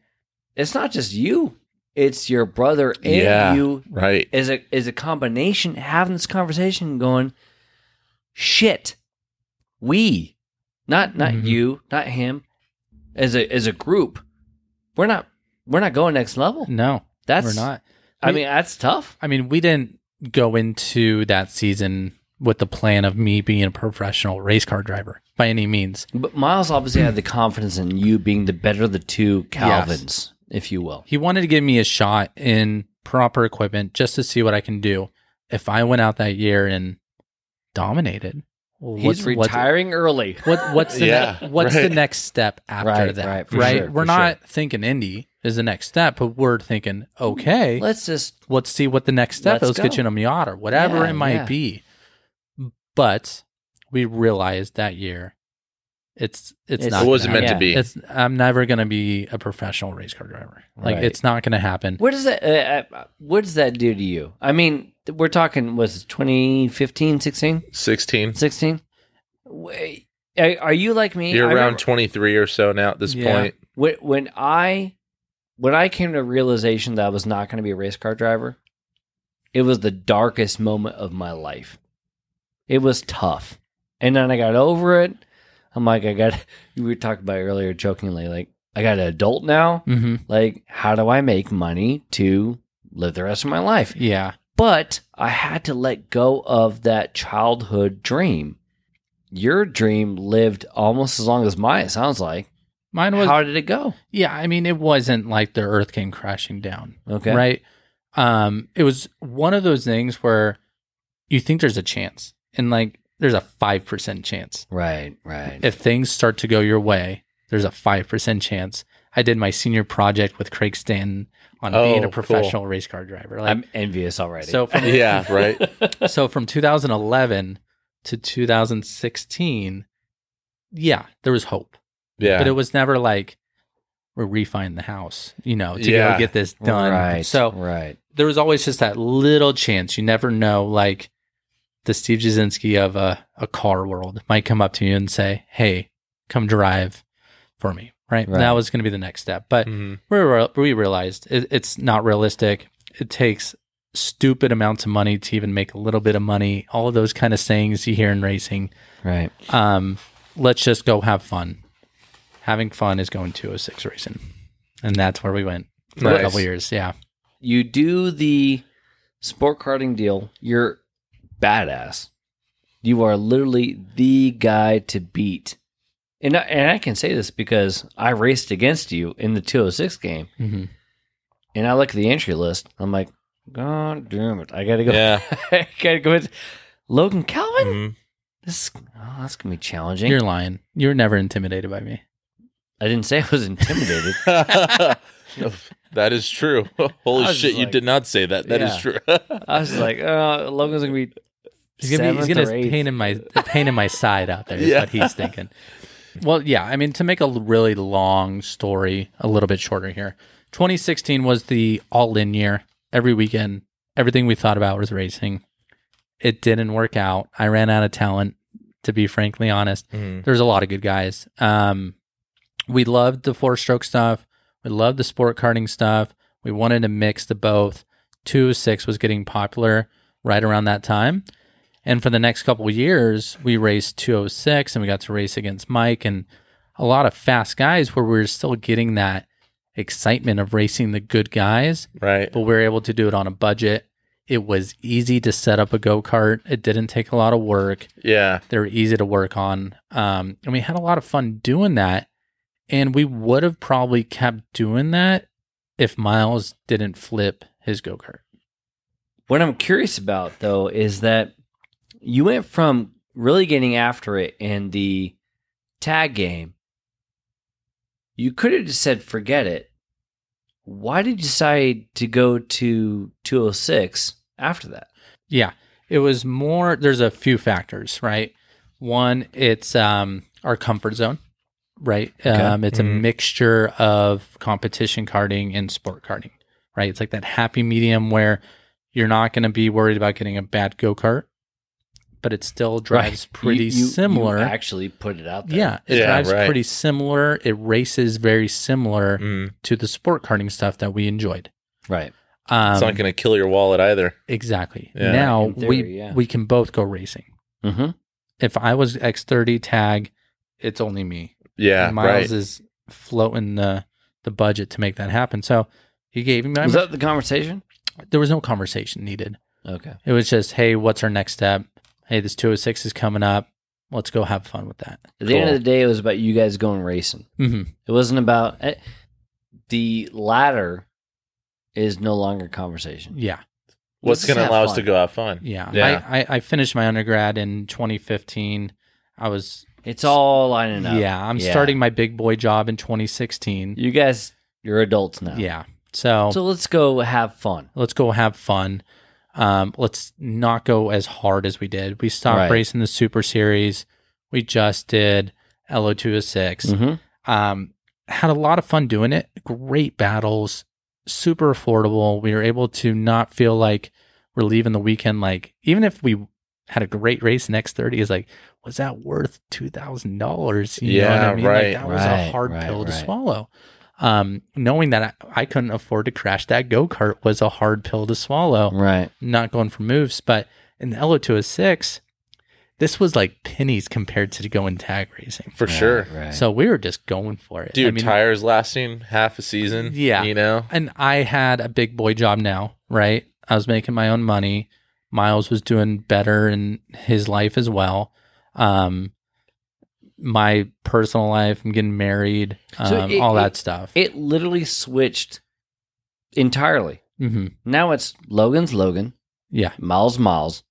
it's not just you; it's your brother and Yeah. you Right. is a is a combination having this conversation and going shit we not not Mhm. you not him as a as a group we're not we're not going next level no, that's we're not. i mean that's tough I mean, we didn't go into that season with the plan of me being a professional race car driver by any means. but miles obviously <clears throat> had the confidence in you being the better of the two calvins if you will He wanted to give me a shot in proper equipment just to see what I can do. If I went out that year and dominated, well, he's retiring early What, what's the <laughs> Yeah, ne- what's the right. next step after Right, that? right, Right, for sure, we're for not thinking indie is the next step, but we're thinking okay, let's just let's see what the next step Let's is. Let's get go. you in a Miata or whatever Yeah, it might yeah. be. But we realized that year it's it's, It's- not It wasn't gonna meant to Yeah. be. happen. It's I'm never gonna be a professional race car driver. Like Right. it's not gonna happen. what does that uh, uh, what does that do to you i mean we're talking was 2015 16 16. 16 are are you like me You're I around remember- 23 or so now at this Yeah. point. when, when i when i came to a realization that i was not going to be a race car driver it was the darkest moment of my life it was tough and then i got over it i'm like i got <laughs> we were talking about it earlier jokingly like i got an adult now Mm-hmm. like how do i make money to live the rest of my life Yeah. but I had to let go of that childhood dream. Your dream lived almost as long as mine, it sounds like. Mine was How did it go? yeah, I mean it wasn't like the earth came crashing down. Okay. right? Um, it was one of those things where you think there's a chance, and like there's a five percent chance Right, right. if things start to go your way. There's a five percent chance. I did my senior project with Craig Stanton on Oh, being a cool. professional race car driver. Like, I'm envious already. so <laughs> from <laughs> Yeah. Right. so from 2011 to 2016, yeah, there was hope, Yeah. but it was never like we're refining the house, you know, to Yeah. go get this done. Right. So right. there was always just that little chance. You never know, like the Steve Jasinski of a, a car world might come up to you and say, Hey, come drive for me. Right. Right. That was going to be the next step. But Mhm. we, re- we realized it, it's not realistic. It takes stupid amounts of money to even make a little bit of money. All of those kind of sayings you hear in racing. Right. Um, let's just go have fun. Having fun is going 206 racing. And that's where we went for a Nice. couple years. Yeah. You do the sport karting deal, you're badass. You are literally the guy to beat. And I, and I can say this because I raced against you in the 206 game. Mm-hmm. And I look at the entry list. I'm like, God damn it! I gotta go. <laughs> Yeah. <laughs> I gotta go with Logan Calvin. Mhm. This oh, that's gonna be challenging. You're lying. You're never intimidated by me. I didn't say I was <laughs> intimidated. Mm-hmm. <laughs> that is true. <laughs> I Holy was shit, just you like- did not say that. That is Yeah. true. <laughs> I was like, oh, Logan's gonna be. He's gonna be, he's gonna seventh or pain in my pain in my side out <laughs> there. Is Yeah. what he's thinking. Well, yeah. I mean, to make a l- really long story a little bit shorter here, 2016 was the all-in year. Every weekend, everything we thought about was racing. It didn't work out. I ran out of talent. To be frankly honest, Mhm. there's a lot of good guys. Um, we loved the four stroke stuff. We loved the sport karting stuff. We wanted to mix the both. Two six was getting popular right around that time. And for the next couple of years, we raced 206 and we got to race against Mike and a lot of fast guys where we were still getting that excitement of racing the good guys Right. but we were able to do it on a budget. It was easy to set up a go kart. It didn't take a lot of work. Yeah. They were easy to work on. Um, and we had a lot of fun doing that. And we would have probably kept doing that if Miles didn't flip his go kart. What I'm curious about though is that you went from really getting after it in the tag game. You could have just said, forget it. Why did you decide to go to 206 after that? Yeah. It was more there's a few factors, right? One, it's um our comfort zone, right? Um it's Mm-hmm. Mhm. a mixture of competition karting and sport karting, right? It's like that happy medium where you're not going to be worried about getting a bad go-kart, but it still drives Right. pretty You- you- you similar. actually put it out there. yeah, it Yeah, drives right. pretty similar. It races very similar Mm. to the sport karting stuff that we enjoyed. Right. Um, Mm-hmm. it's not going to kill your wallet either. Exactly. Yeah. Now In we theory, yeah. we can both go racing. Mm-hmm. If I was X30 tag, it's only me. Yeah, And Miles right. is floating the the budget to make that happen. So he gave me my. Was that the conversation? there was no conversation needed. Okay. It was just, hey, what's our next step? Hey, this 206 is coming up. Let's go have fun with that. At the end of Cool. the day, it was about you guys going racing. hmm It wasn't about eh, the latter is no longer conversation. Yeah, What's Let's going to have allow us fun. to go have fun? yeah. Yeah. I, I I finished my undergrad in 2015. I was It's all lining up. yeah. I'm Yeah. starting my big boy job in 2016. You guys, you're adults now. Yeah. So So let's go have fun. let's go have fun. Um, let's not go as hard as we did. We stopped Right. racing the Super Series. We just did LO206. Mm-hmm. Um, had a lot of fun doing it. Great battles, super affordable. We were able to not feel like we're leaving the weekend. Like, even if we had a great race in X30, is like, was that worth $2,000? You know what Yeah, I mean? right, like, that was right, a hard right, pill to right. swallow. Um, knowing that I, I couldn't afford to crash that go kart was a hard pill to swallow Right. not going for moves, but in the LO206, this was like pennies compared to going tag racing. For sure. Right. So we were just going for it. Dude, I mean, tires lasting half a season. Yeah. You know? and I had a big boy job now, right? I was making my own money. Miles was doing better in his life as well. Um, my personal life, I'm getting married, um, So it- all that it- stuff. it literally switched entirely. hmm Now it's Logan's Logan, Yeah, Miles Miles.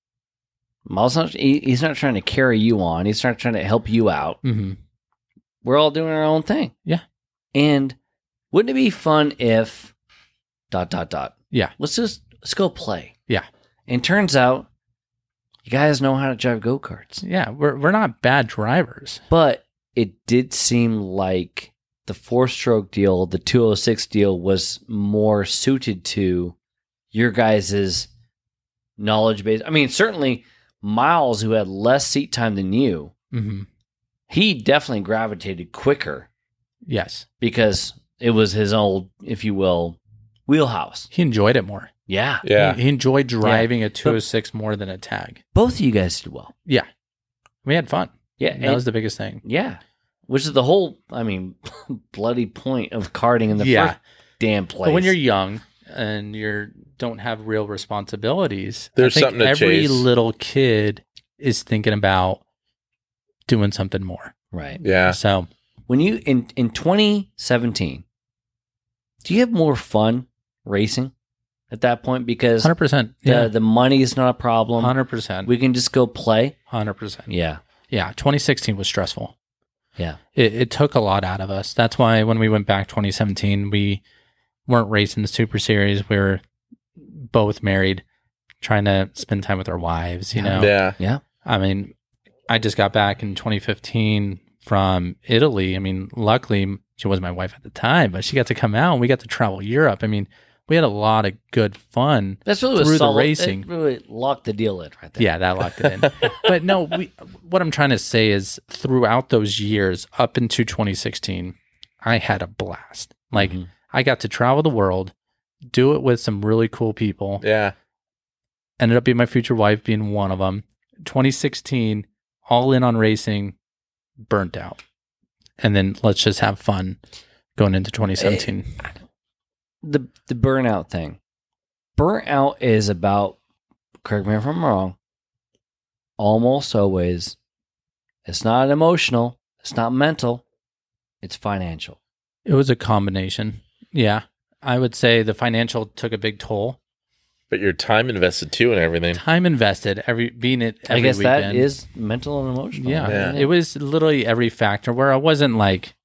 Miles, not, he, he's not trying to carry you on. He's not trying to help you out. hmm We're all doing our own thing. Yeah. And wouldn't it be fun if dot dot dot? Yeah. Let's just let's go play. Yeah. And turns out you guys know how to drive go karts. yeah. We're we're not bad drivers. But it did seem like the four stroke deal, the 206 deal, was more suited to your guys' knowledge base. I mean, certainly Miles, who had less seat time than you, hmm he definitely gravitated quicker Yes, because it was his old, if you will, wheelhouse. he enjoyed it more. Yeah. Yeah. He, he enjoyed driving a 206 more than a tag. Both of you guys did well. Yeah. We had fun. Yeah. that and- was the biggest thing. yeah. Which is the whole, I mean, <laughs> bloody point of karting in the Yeah. first damn place. But when you're young and you don't have real responsibilities, There's I think something to every chase. little kid is thinking about doing something more. right. Yeah. So, when you in in 2017 do you have more fun racing at that point because 100%. the, Yeah. the money is not a problem 100%. we can just go play 100%. yeah Yeah, 2016 was stressful. Yeah. It, it took a lot out of us. That's why when we went back 2017, we weren't racing the Super Series. We were both married, trying to spend time with our wives, you know? Yeah. I mean, I just got back in 2015 from Italy. I mean, luckily, she was my wife at the time, but she got to come out and we got to travel Europe. I mean, we had a lot of good fun. that's really Through was the solid. racing. it really locked the deal in right there Yeah, that locked it in. but no, we, what I'm trying to say is throughout those years up into 2016, I had a blast. Like Mhm. I got to travel the world, do it with some really cool people. Yeah. Ended up being my future wife being one of them. 2016, all in on racing, burnt out. And then let's just have fun going into 2017. the the burnout thing burnout is about correct me if i'm wrong almost always it's not emotional it's not mental it's financial It was a combination. Yeah. I would say the financial took a big toll. But your time invested too and everything. Time invested, every being it. Every I guess weekend. that is mental and emotional. Yeah. Yeah. It was literally every factor where I wasn't like,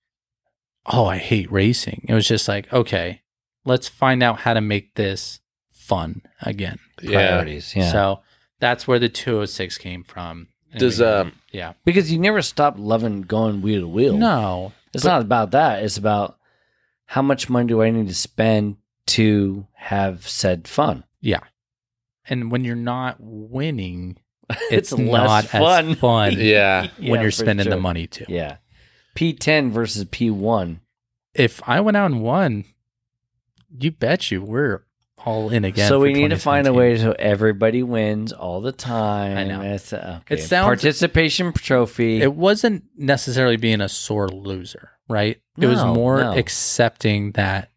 oh, I hate racing. It was just like, okay, let's find out how to make this fun again. Yeah. priorities. Yeah. So that's where the 206 came from. And Does we- um yeah. because you never stop loving going wheel to wheel. No. It's not about that. It's about how much money do I need to spend to have said fun? And when you're not winning, <laughs> It's it's, less not fun. as <laughs> fun yeah. when Yeah, for you're spending sure. the money too. Yeah. P10 versus P1. If I went out and won, you bet you we're all in again. so for we need to find a 2017. way so everybody wins all the time. I know. It's, uh, okay. It sounds- Participation trophy. it wasn't necessarily being a sore loser, right? it was No, more no. accepting that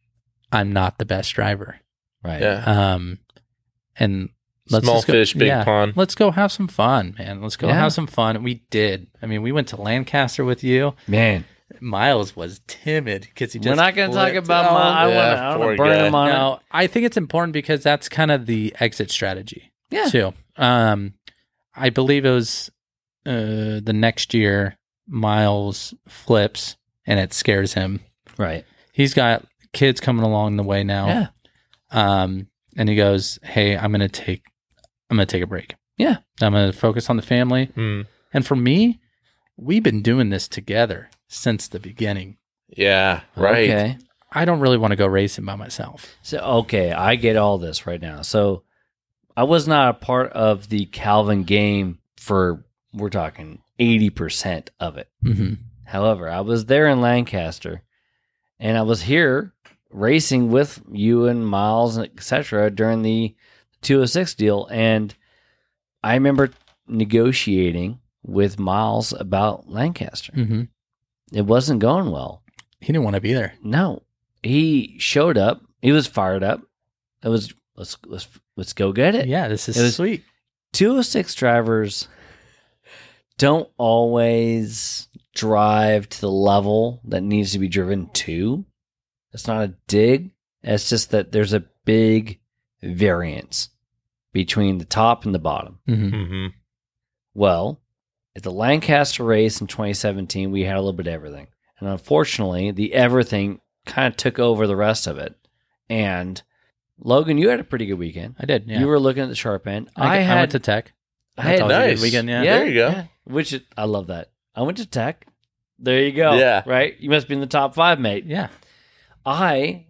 I'm not the best driver. right. Yeah. Um, and let's Small just go- fish, big yeah. pond. Let's go have some fun, man. Let's go Yeah. have some fun. We did. I mean, we went to Lancaster with you. Man, Miles was timid because he just. we're not going to talk flipped about my. out. I Yeah, wanna- I want poor to burn guy. him on. it. No, I think it's important because that's kind of the exit strategy. Yeah. Too. Um, I believe it was uh, the next year. Miles flips and it scares him. Right. He's got kids coming along the way now. Yeah. Um, and he goes, "Hey, I'm gonna take, I'm gonna take a break. Yeah. I'm gonna focus on the family. Mm. And for me, we've been doing this together since the beginning. Yeah. Right. Okay. I don't really want to go racing by myself. So okay, I get all this right now. So I was not a part of the Calvin game for we're talking 80% of it. Mm-hmm. However, I was there in Lancaster and I was here racing with you and Miles and etc during the 206 deal and I remember negotiating with Miles about Lancaster. Mm-hmm. It wasn't going well. He didn't want to be there. No, he showed up. He was fired up. It was let's let's let's go get it. Yeah, this is Uh, It was- sweet. Two hundred six drivers don't always drive to the level that needs to be driven to. It's not a dig. It's just that there's a big variance between the top and the bottom. Mm-hmm. Mm-hmm. Well, at the Lancaster race in 2017, we had a little bit of everything. And unfortunately, the everything kind of took over the rest of it. And Logan, you had a pretty good weekend. I did. Yeah. You were looking at the sharp end. I, I, had, I went to tech. I had- That was a good Nice. weekend. Yeah. yeah, There you go. yeah. which is, I love that. I went to tech. There you go. Yeah. Right? You must be in the top five, mate. Yeah. I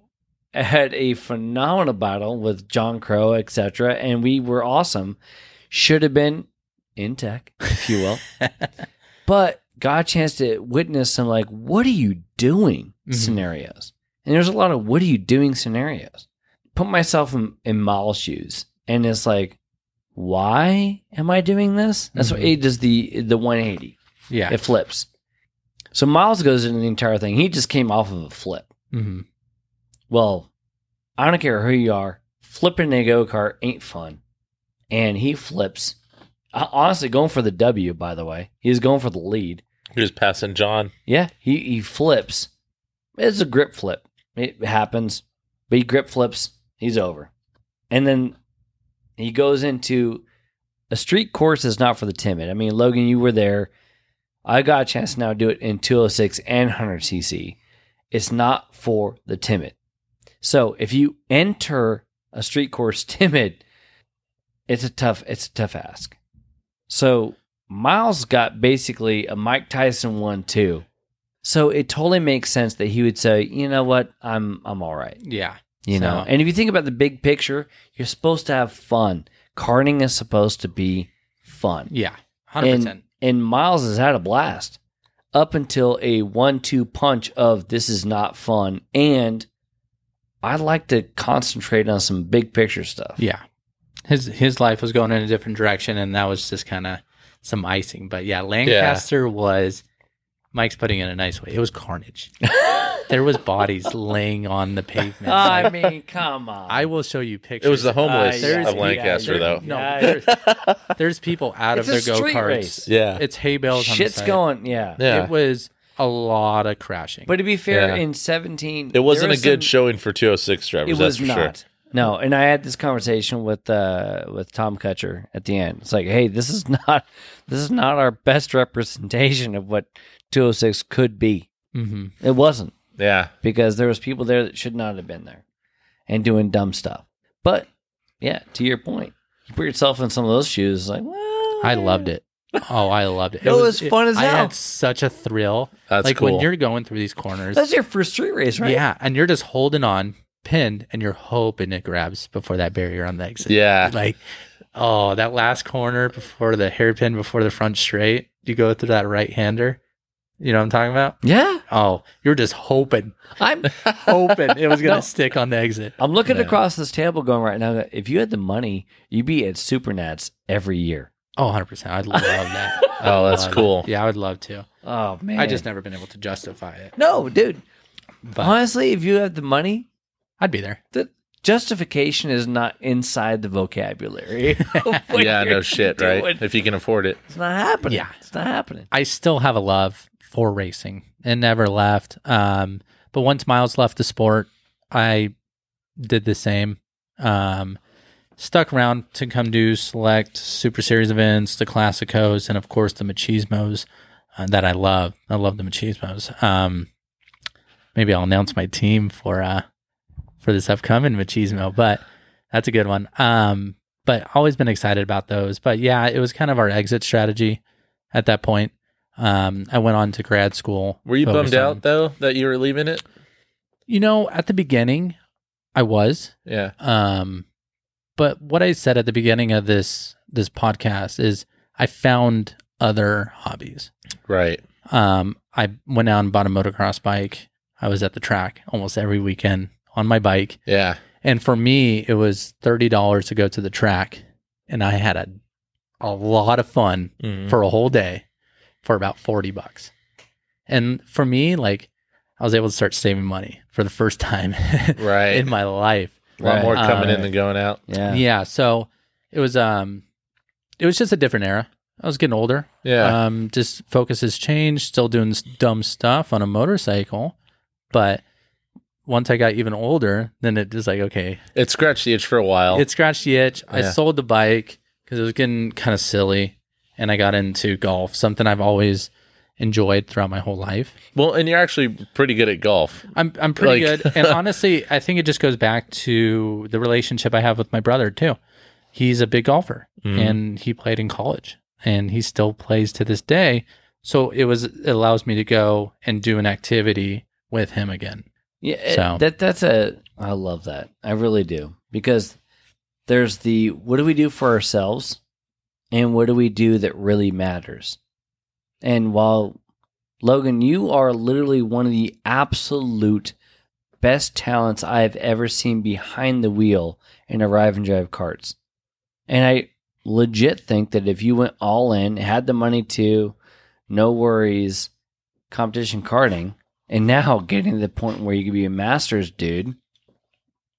had a phenomenal battle with John Crow, etc., and we were awesome. Should have been in tech, if you will, but got a chance to witness some like, what are you doing Mhm. scenarios? And there's a lot of what are you doing scenarios. Put myself in, in Miles' shoes, and it's like, why am I doing this? That's what Mhm. it does the the 180. Yeah. It flips. So Miles goes into the entire thing. He just came off of a flip. mm-hmm. Well, I don't care who you are, flipping a go kart ain't fun. And he flips. Hon- Honestly, going for the W, by the way. He's going for the lead. He was passing John. Yeah, he, he flips. It's a grip flip. It happens. But he grip flips. He's over. And then he goes into a street course is not for the timid. I mean, Logan, you were there. I got a chance to now do it in 206 and 100cc. It's not for the timid. So if you enter a street course <laughs> timid, it's a tough it's a tough ask. So Miles got basically a Mike Tyson one too. So it totally makes sense that he would say, you know what, I'm I'm all right. Yeah. You So- know. And if you think about the big picture, you're supposed to have fun. Karting is supposed to be fun. Yeah. Hundred And, percent. and Miles has had a blast up until a one two punch of this is not fun. And I like to concentrate on some big picture stuff. Yeah. His his life was going in a different direction, and that was just kind of some icing. But yeah, Lancaster was. Mike's putting it in a nice way. It was carnage. there was bodies laying on the pavement. I mean, come on. I will show you pictures. It was the homeless Uh, yeah, of yeah, Lancaster, yeah. though. No, Yeah. <laughs> there's, there's people out It's a of their go street race. karts. Yeah. It's hay bales. on the Shit's side. going, yeah. yeah. It was a lot of crashing. But to be fair, Yeah. in 17, It wasn't there a was good some- showing for 206 drivers. It that's was for not. sure. No, and I had this conversation with uh with Tom Kutcher at the end. It's like, hey, this is <laughs> not this is not our best representation of what 206 could be. Mm-hmm. It wasn't Yeah. because there was people there that should not have been there and doing dumb stuff. But yeah, to your point, you put yourself in some of those shoes. It's like, well, I loved it. Oh, I loved it. <laughs> It was fun as I hell. had such a thrill. That's like cool. when you're going through these corners. That's your first street race, right? Yeah, and you're just holding on, pinned, and you're hoping it grabs before that barrier on the exit. <laughs> yeah. Like, oh, that last corner before the hairpin, before the front straight, you go through that right hander. You know what I'm talking about? yeah. Oh, you're just hoping, <laughs> I'm hoping it <laughs> was gonna No. stick on the exit. I'm looking Yeah. across this table going right now. If you had the money, you'd be at Supernats every year. Oh, 100 percent. I'd love <laughs> that. I Oh, would that's love cool. that. Yeah, I would love to. Oh man, I just never been able to justify it. no, dude. But Honestly, if you have the money, I'd be there. the justification is not inside the vocabulary. of what <laughs> Yeah. No you're shit. doing. Right. If you can afford it. It's not happening. Yeah. it's not happening. I still have a love for racing and never left. Um, but once Miles left the sport, I did the same. Um, stuck around to come do select Super Series events, the Classicos, and of course the Machismos uh, that I love. I love the Machismos. Um, maybe I'll announce my team for uh, for this upcoming Machismo, but that's a good one. Um, but always been excited about those. But yeah, it was kind of our exit strategy at that point. Um, I went on to grad school. Were you focused bummed on- out though that you were leaving it? You know, at the beginning, I was. Yeah. Um, but what I said at the beginning of this this podcast is I found other hobbies. Right. Um, I went out and bought a motocross bike. I was at the track almost every weekend on my bike, Yeah. and for me, it was thirty dollars to go to the track, and I had a a lot of fun Mhm. for a whole day for about 40 bucks. And for me, like I was able to start saving money for the first time <laughs> Right. in my life. a lot Right. more coming in Uh, than going out. Yeah, Yeah. So it was, um, it was just a different era. I was getting older. Yeah. Um, just focus has changed, still doing s- dumb stuff on a motorcycle. But once I got even older, then it was like, okay, it scratched the itch for a while. it scratched the itch. I Yeah. sold the bike because it was getting kind of silly, and I got into golf, something I've always enjoyed throughout my whole life. well, and you're actually pretty good at golf. I'm I'm pretty Like- <laughs> good, and honestly, I think it just goes back to the relationship I have with my brother too. He's a big golfer, Mhm. and he played in college, and he still plays to this day. So it was it allows me to go and do an activity with him again. Yeah, it- So- that that's a I love that. I really do because there's the what do we do for ourselves and what do we do that really matters. And while Logan, you are literally one of the absolute best talents I have ever seen behind the wheel in arrive and drive carts. And I legit think that if you went all in, had the money to, no worries, competition karting, and now getting to the point where you could be a master's dude,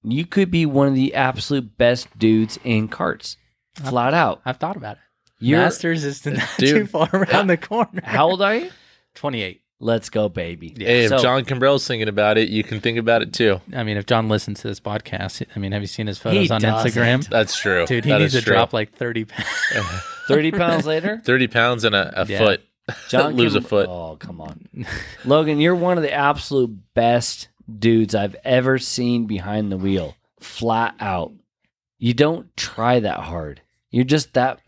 you could be one of the absolute best dudes in carts. Flat out. I've thought about it. You're Masters is not <laughs> too Dude. far around the corner. how old are you? Twenty eight. Let's go, baby. Yeah. Hey, if So- John Cambrell's thinking about it, you can think about it too. I mean, if John listens to this podcast, I mean, have you seen his photos on doesn't. Instagram? That's true. Dude, he That needs is to true. drop like 30 pounds. Thirty pounds later, thirty pounds and a, a Yeah. foot. John Lose a Kim- foot. Oh, come on, <laughs> Logan, you're one of the absolute best dudes I've ever seen behind the wheel. Flat out, you don't try that hard. You're just that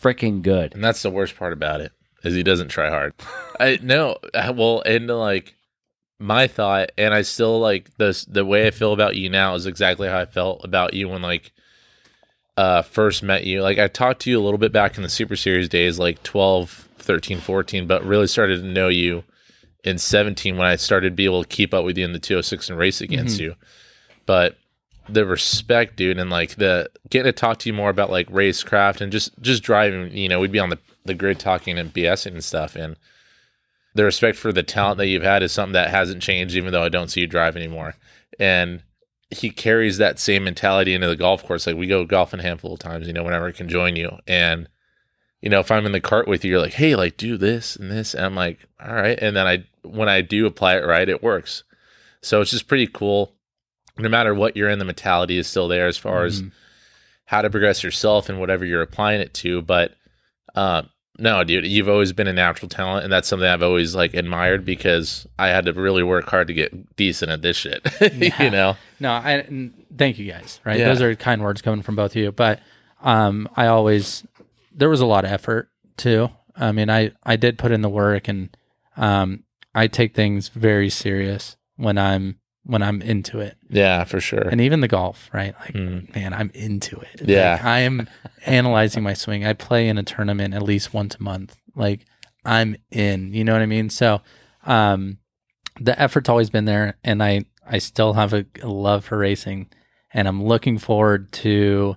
freaking good. And that's the worst part about it is he doesn't try hard. I no, I- well, and like my thought, and I still like the the way I feel about you now is exactly how I felt about you when like uh first met you. Like I talked to you a little bit back in the Super Series days, like 12, 13, 14, but really started to know you in 17 when I started to be able to keep up with you in the 206 and race against you. But the respect, dude, and like the getting to talk to you more about like racecraft and just just driving. You know, we'd be on the the grid talking and BSing and stuff, and the respect for the talent that you've had is something that hasn't changed, even though I don't see you drive anymore. And he carries that same mentality into the golf course. Like we go golfing a handful of times, you know, whenever I can join you. And you know, if I'm in the cart with you, you're like, hey, like do this and this, and I'm like, all right. And then I when I do apply it right, it works. So it's just pretty cool no matter what you're in, the mentality is still there as far as Mhm. how to progress yourself and whatever you're applying it to. But uh, no, dude, you've always been a natural talent, and that's something I've always like admired because I had to really work hard to get decent at this shit. <laughs> Yeah. you know, No, I n- thank you guys. Right, Yeah. those are kind words coming from both of you. But um, I always there was a lot of effort too. I mean, I I did put in the work, and um, I take things very serious when I'm when I'm into it, yeah, for sure. and even the golf. Right, like Mhm. man, I'm into it. Like, Yeah. I am analyzing my swing. I play in a tournament at least once a month. Like I'm in. You know what I mean? So, um, the effort's always been there, and I I still have a, a love for racing, and I'm looking forward to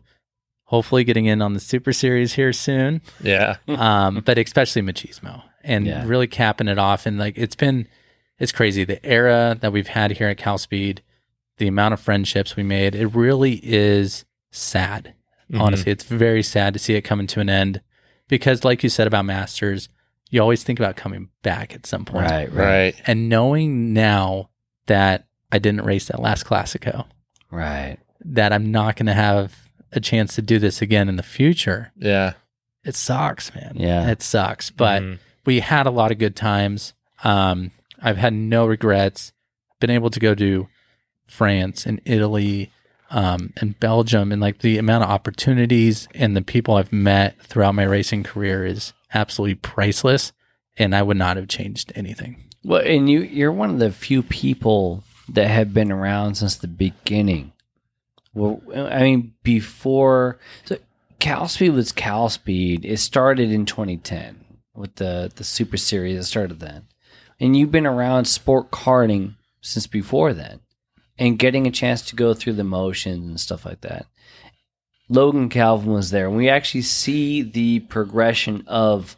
hopefully getting in on the Super Series here soon. yeah, Um, but especially Machismo and Yeah. really capping it off. And like it's been, it's crazy the era that we've had here at Cal Speed, the amount of friendships we made. It really is sad Mm-hmm. Mm-hmm. honestly it's very sad to see it coming to an end because like you said about masters you always think about coming back at some point Right, Mhm. right, right. and knowing now that i didn't race that last classico right. that i'm not going to have a chance to do this again in the future Yeah, it sucks man Yeah. it sucks but Mhm. we had a lot of good times um, i've had no regrets been able to go to france and italy um, and Belgium and like the amount of opportunities and the people I've met throughout my racing career is absolutely priceless. And I would not have changed anything. Well, and you you're one of the few people that have been around since the beginning. Well, I mean, before so Cal Speed was Cal Speed. It started in 2010 with the the Super Series. It started then, and you've been around sport karting since before then, and getting a chance to go through the motions and stuff like that. Logan Calvin was there, and we actually see the progression of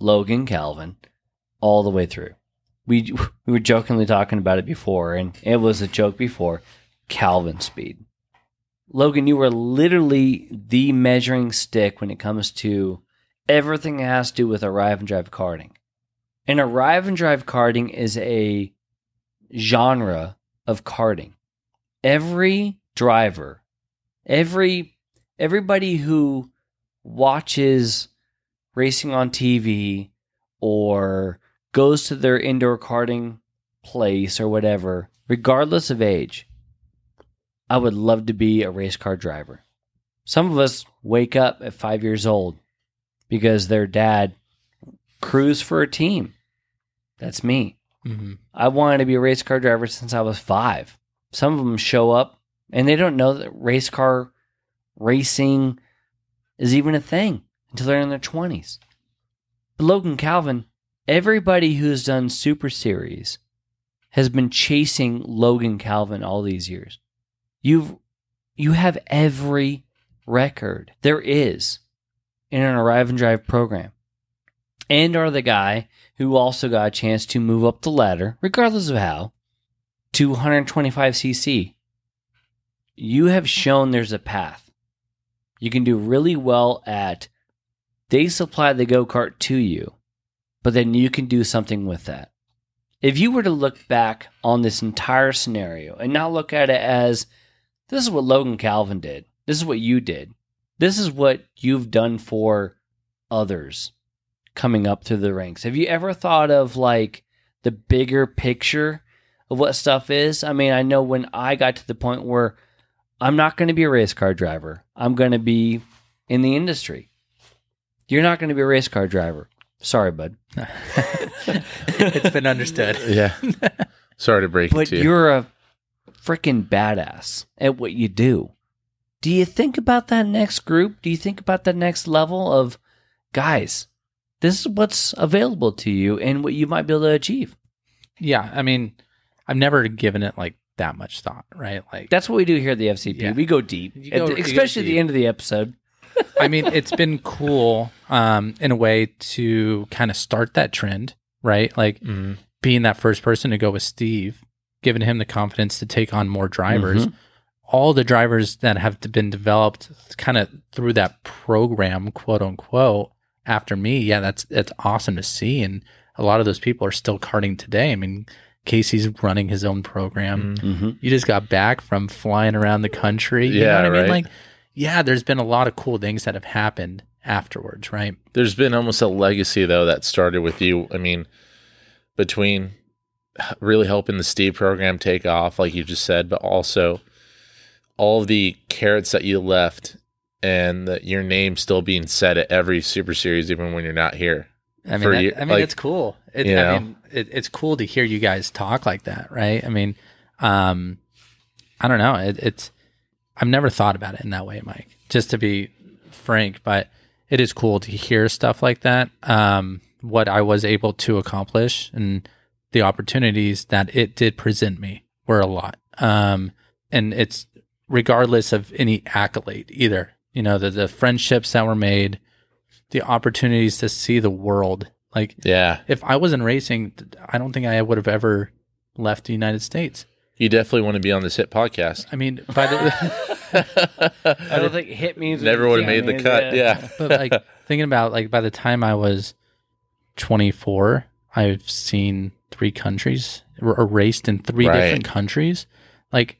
Logan Calvin all the way through we <laughs> we were jokingly talking about it before, and it was a joke before. Calvin speed. Logan, you were literally the measuring stick when it comes to everything that has to do with arrive and drive karting. And arrive and drive karting is a genre of karting. Every driver, every everybody who watches racing on TV or goes to their indoor karting place or whatever, regardless of age, I would love to be a race car driver. Some of us wake up at five years old because their dad crews for a team. That's me. Mm-hmm. I wanted to be a race car driver since I was five. Some of them show up and they don't know that race car racing is even a thing until they're in their 20s. But Logan Calvin, everybody who's done Super Series has been chasing Logan Calvin all these years. You've you have every record there is in an arrive and drive program. And are the guy who also got a chance to move up the ladder, regardless of how, to 125cc. You have shown there's a path. You can do really well at, they supply the go kart to you, but then you can do something with that. If you were to look back on this entire scenario and not look at it as, this is what Logan Calvin did, this is what you did, this is what you've done for others coming up through the ranks. Have you ever thought of like the bigger picture of what stuff is? I mean, I know when I got to the point where I'm not going to be a race car driver, I'm going to be in the industry. You're not going to be a race car driver. Sorry, bud. it's been understood. <laughs> Yeah. Sorry to break it But to you. you're a freaking badass at what you do. Do you think about that next group? Do you think about that next level of guys? This is what's available to you and what you might be able to achieve. Yeah. I mean, I've never given it like that much thought, right? Like, That's what we do here at the FCP. Yeah. We go deep, You At go- the- you go especially at the deep. end of the episode. I mean, it's been cool um, in a way to kind of start that trend, right? Like, Mhm. being that first person to go with Steve, giving him the confidence to take on more drivers. Mm-hmm. All the drivers that have d- been developed kind of through that program, quote unquote, after me, yeah, that's that's awesome to see. And a lot of those people are still karting today. I mean, Casey's running his own program. Mm-hmm. hmm You just got back from flying around the country. You know Yeah, what I mean? right. Like, yeah, there's been a lot of cool things that have happened afterwards, right? There's been almost a legacy though that started with you. I mean, between really helping the Steve program take off, like you just said, but also all the carrots that you left and that your name still being said at every Super Series, even when you're not here. I mean, For that- you- I mean, like, it's cool. It, you I know? mean, it, it's cool to hear you guys talk like that, right? I mean, um, I don't know. It, it's I've never thought about it in that way, Mike. Just to be frank, but it is cool to hear stuff like that. Um, what I was able to accomplish and the opportunities that it did present me were a lot. Um, and it's regardless of any accolade either. You know, the the friendships that were made, the opportunities to see the world. Like Yeah. if I wasn't racing, th- I don't think I would have ever left the United States. You definitely want to be on this <laughs> hit podcast. I mean, by the <laughs> I don't think hit means Never would have made the cut. Yeah. but like thinking about like by the time I was 24, I've seen three countries or or raced in three Right. different countries. Like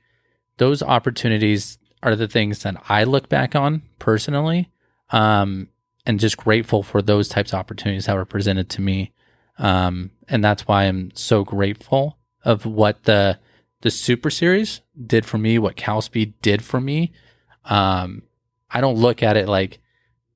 those opportunities are the things that I look back on personally, um, and just grateful for those types of opportunities that were presented to me. Um, and that's why I'm so grateful of what the the Super Series did for me, what Calspeed did for me. Um, I don't look at it like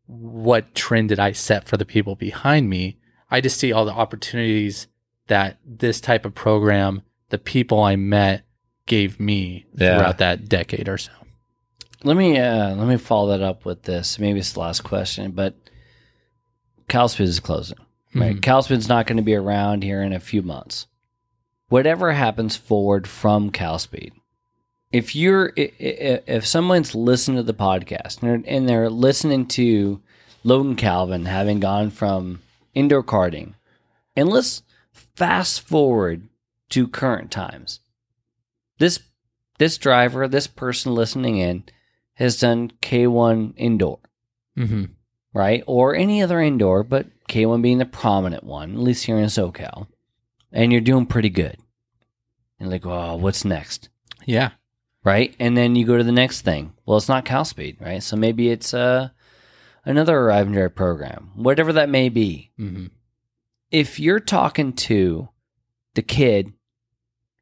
what trend did I set for the people behind me. I just see all the opportunities that this type of program, the people I met, gave me Yeah. throughout that decade or so. Let me uh, let me follow that up with this. Maybe it's the last question, but Calspeed is closing. Right, Calspeed's not going to be around here in a few months. Whatever happens forward from Calspeed, if you're i- i- if someone's listening to the podcast and they're, and they're listening to Logan Calvin having gone from indoor karting, and let's fast forward to current times. This this driver, this person listening in, has done K1 indoor Mm-hmm. right? Or any other indoor, but K1 being the prominent one, at least here in SoCal, and you're doing pretty good. And like, oh, what's next? Yeah. Right? And then you go to the next thing. Well, it's not cow speed, right? So maybe it's uh, another arrive and drive program, whatever that may be Mm-hmm. if you're talking to the kid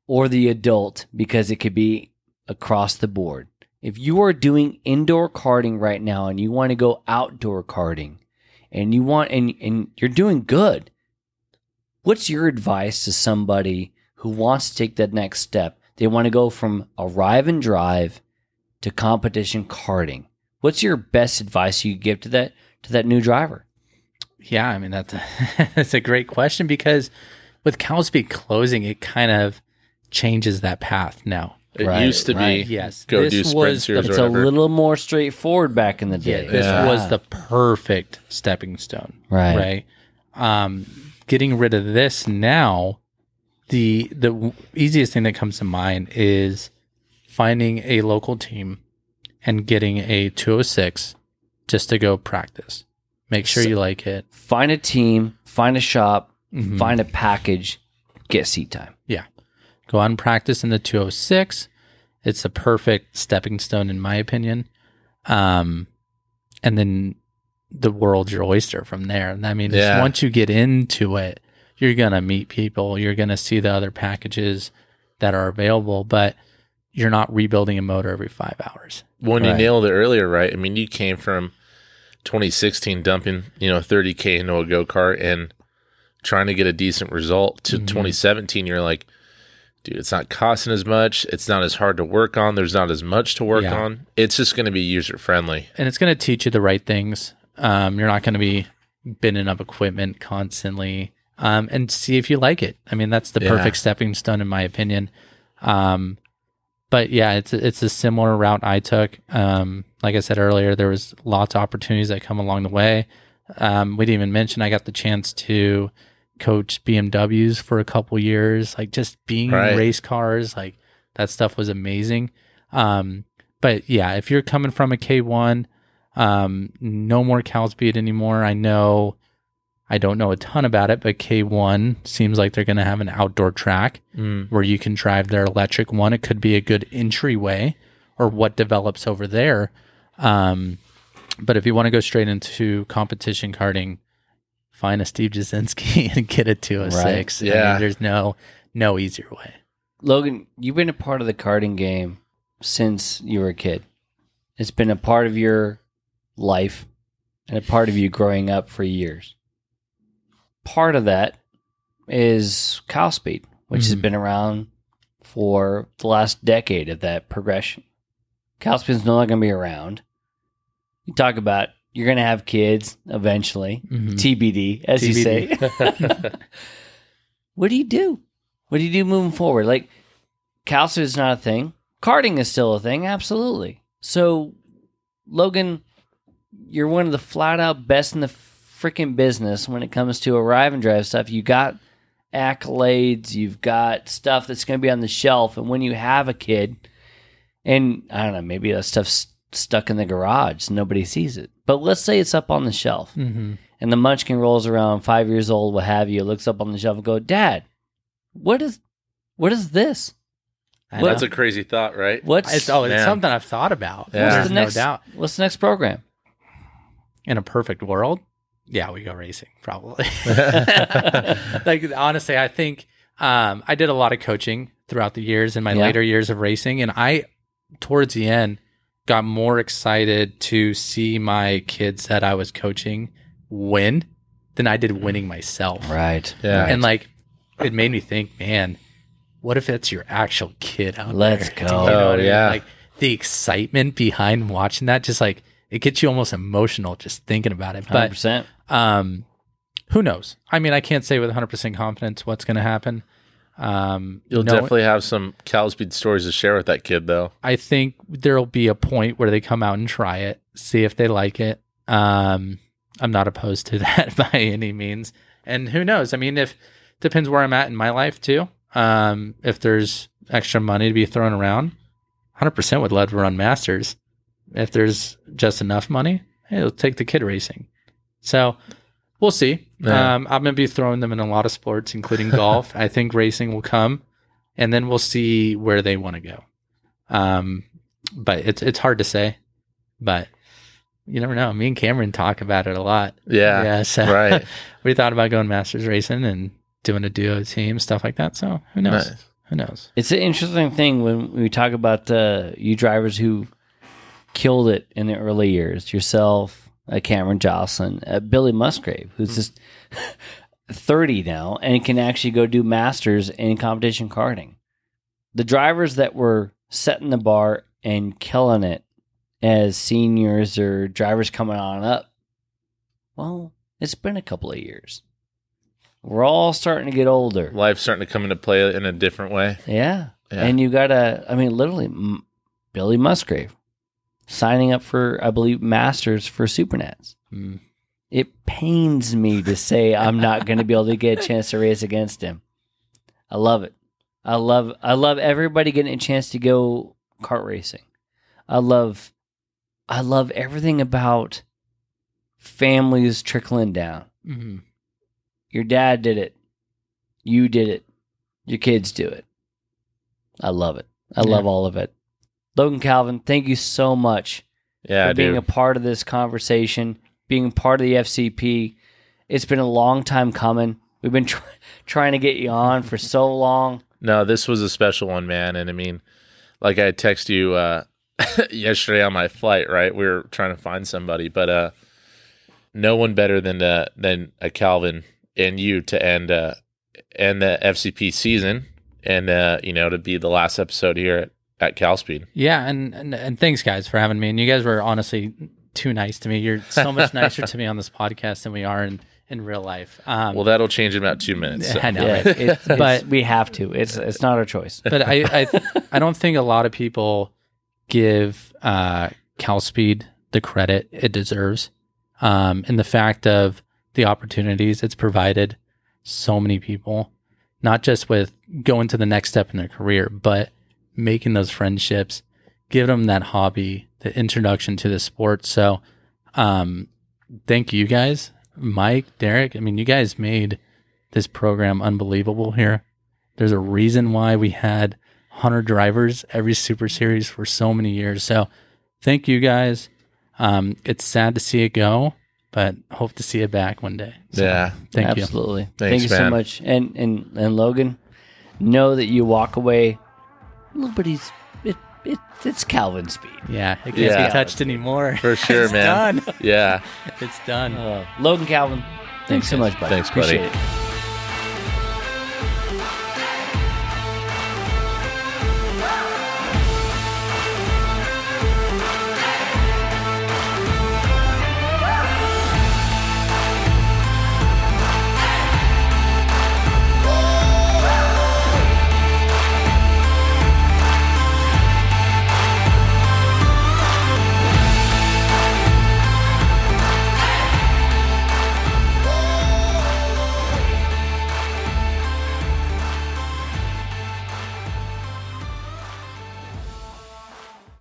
or the adult, because it could be across the board, if you are doing indoor karting right now and you want to go outdoor karting and you want and, and you're doing good, what's your advice to somebody who wants to take that next step? They want to go from arrive and drive to competition karting. What's your best advice you could give to that to that new driver? Yeah, I mean that's <laughs> a, that's a great question because with Cowspeed closing, it kind of changes that path now. It Right, used to right. be Yes, go do this sprint was the series or It's a whatever. little more straightforward back in the yeah, day. this Yeah. was the perfect stepping stone. Right. Right. Um, getting rid of this now, the the w- easiest thing that comes to mind is finding a local team and getting a 206 just to go practice. Make sure you like it. Find a team, find a shop, Mhm. find a package, get seat time. Yeah. Go out and practice in the 206. It's the perfect stepping stone, in my opinion. Um, and then the world's your oyster from there. And I mean, just Yeah. once you get into it, you're going to meet people, you're going to see the other packages that are available, but you're not rebuilding a motor every five hours. when you Right. nailed it earlier, right? I mean, you came from 2016 dumping, you know, 30k into a go kart and trying to get a decent result to Mhm. 2017. You're like, dude, it's not costing as much. It's not as hard to work on. There's not as much to work Yeah. on. It's just going to be user friendly. and it's going to teach you the right things. Um, you're not going to be bending up equipment constantly, um, and see if you like it. I mean, that's the Yeah. perfect stepping stone, in my opinion. Um, but yeah, it's it's a similar route I took. Um, like I said earlier, there was lots of opportunities that come along the way. Um, we didn't even mention I got the chance to coach BMWs for a couple years, like just being Right. in race cars, like that stuff was amazing. Um, but yeah, if you're coming from a K1, um, no more cow speed anymore. I know I don't know a ton about it, but K1 seems like they're going to have an outdoor track Hmm. Mm. where you can drive their electric one. It could be a good entryway or what develops over there. Um, but if you want to go straight into competition karting, find a Steve Jasinski <laughs> and get a 206. Right. I mean, Yeah. there's no no easier way. Logan, you've been a part of the karting game since you were a kid. It's been a part of your life and a part of you growing up for years. Part of that is cow speed, which has Mhm. been around for the last decade of that progression. Cow speed's no longer going to be around. You talk about you're going to have kids eventually, Mhm. TBD, as you <laughs> say. <laughs> TBD. what do you do? What do you do moving forward? Like, calcium is not a thing. Karting is still a thing, absolutely. So, Logan, you're one of the flat out best in the freaking business when it comes to arrive and drive stuff. You got accolades, you've got stuff that's going to be on the shelf. And when you have a kid, and I don't know, maybe that stuff's stuck in the garage, so nobody sees it. But let's say it's up on the shelf Mhm. and the munchkin rolls around five years old what have you looks up on the shelf and go dad what is what is this I Well, know. That's a crazy thought, right? what's, It's, oh, it's Man. something I've thought about. Yeah. what's There's the next no doubt. what's the next program In a perfect world, yeah, we go racing probably. <laughs> yeah like honestly, I think um, I did a lot of coaching throughout the years in my Yeah. later years of racing, and I towards the end got more excited to see my kids that I was coaching win than I did winning myself. right Yeah. And like, it made me think, man, what if it's your actual kid out Let's there? <laughs> go. Oh, yeah. Like the excitement behind watching that, just like it gets you almost emotional just thinking about it. But 100% um, who knows? I mean, I can't say with 100% confidence what's going to happen. Um, You'll no- definitely have some cow speed stories to share with that kid, though. I think there'll be a point where they come out and try it, see if they like it. Um, I'm not opposed to <laughs> that by any means. And who knows? I mean, if depends where I'm at in my life too. Um, if there's extra money to be thrown around, 100% would love to run masters. If there's just enough money, hey, will take the kid racing. So we'll see. Yeah. Um, I'm gonna be throwing them in a lot of sports, including golf. I think racing will come, and then we'll see where they want to go. Um, but it's it's hard to say. But you never know. Me and Cameron talk about it a lot. Yeah. so Right. <laughs> we thought about going masters racing and doing a duo team stuff like that. So who knows? Nice. Who knows? it's an interesting thing when we talk about uh, you drivers who killed it in the early years yourself uh, cameron jocelyn uh, billy musgrave who's just <laughs> 30 now and can actually go do masters in competition karting the drivers that were setting the bar and killing it as seniors or drivers coming on up well it's been a couple of years we're all starting to get older Life's starting to come into play in a different way. yeah. Yeah. And you got to, I mean, literally, M- Billy Musgrave signing up for, I believe, Masters for Supernats. Mm. It pains me to say I'm not going to be able to get a chance to race against him. I love it. I love, I love everybody getting a chance to go kart racing. I love, I love everything about families trickling down. Mhm. Your dad did it. You did it. Your kids do it. I love it. I Yeah. love all of it. Logan Calvin, thank you so much Yeah, for being dude. a part of this conversation, being part of the FCP. It's been a long time coming. We've been try <laughs> trying to get you on for so long. No, this was a special one, man. And I mean, like I text you uh, <laughs> yesterday on my flight, right? We were trying to find somebody, but uh, no one better than uh, than a Calvin and you to end uh, end the FCP season, and uh, you know to be the last episode here at, at CalSpeed. Yeah, and, and and thanks guys for having me. And you guys were honestly too nice to me. You're so <laughs> much nicer to me on this podcast than we are in in real life. Um, Well, that'll change in about <laughs> two minutes. so. I know. Yeah, right? it's, it's- But- we have to. It's it's not our choice. <laughs> but I, I I don't think a lot of people give uh, CalSpeed the credit it deserves, um, and the fact of the opportunities it's provided so many people, not just with going to the next step in their career, but making those friendships, give them that hobby, the introduction to the sport. So, um, thank you guys. Mike, Derek, I mean, you guys made this program unbelievable here. There's a reason why we had 100 drivers every Super Series for so many years. So thank you guys. Um, it's sad to see it go, but hope to see it back one day. So yeah. Thank you. Absolutely. Thank Thanks, you so man. much. And and and Logan, know that you walk away a little bit. eas- It, it it's Calvin speed. Yeah, it can't Yeah. be touched anymore. For sure, it's <laughs> man. Done. Yeah. It's done. Uh, Logan Calvin, thanks so guys. much, buddy. Thanks, buddy. Appreciate it.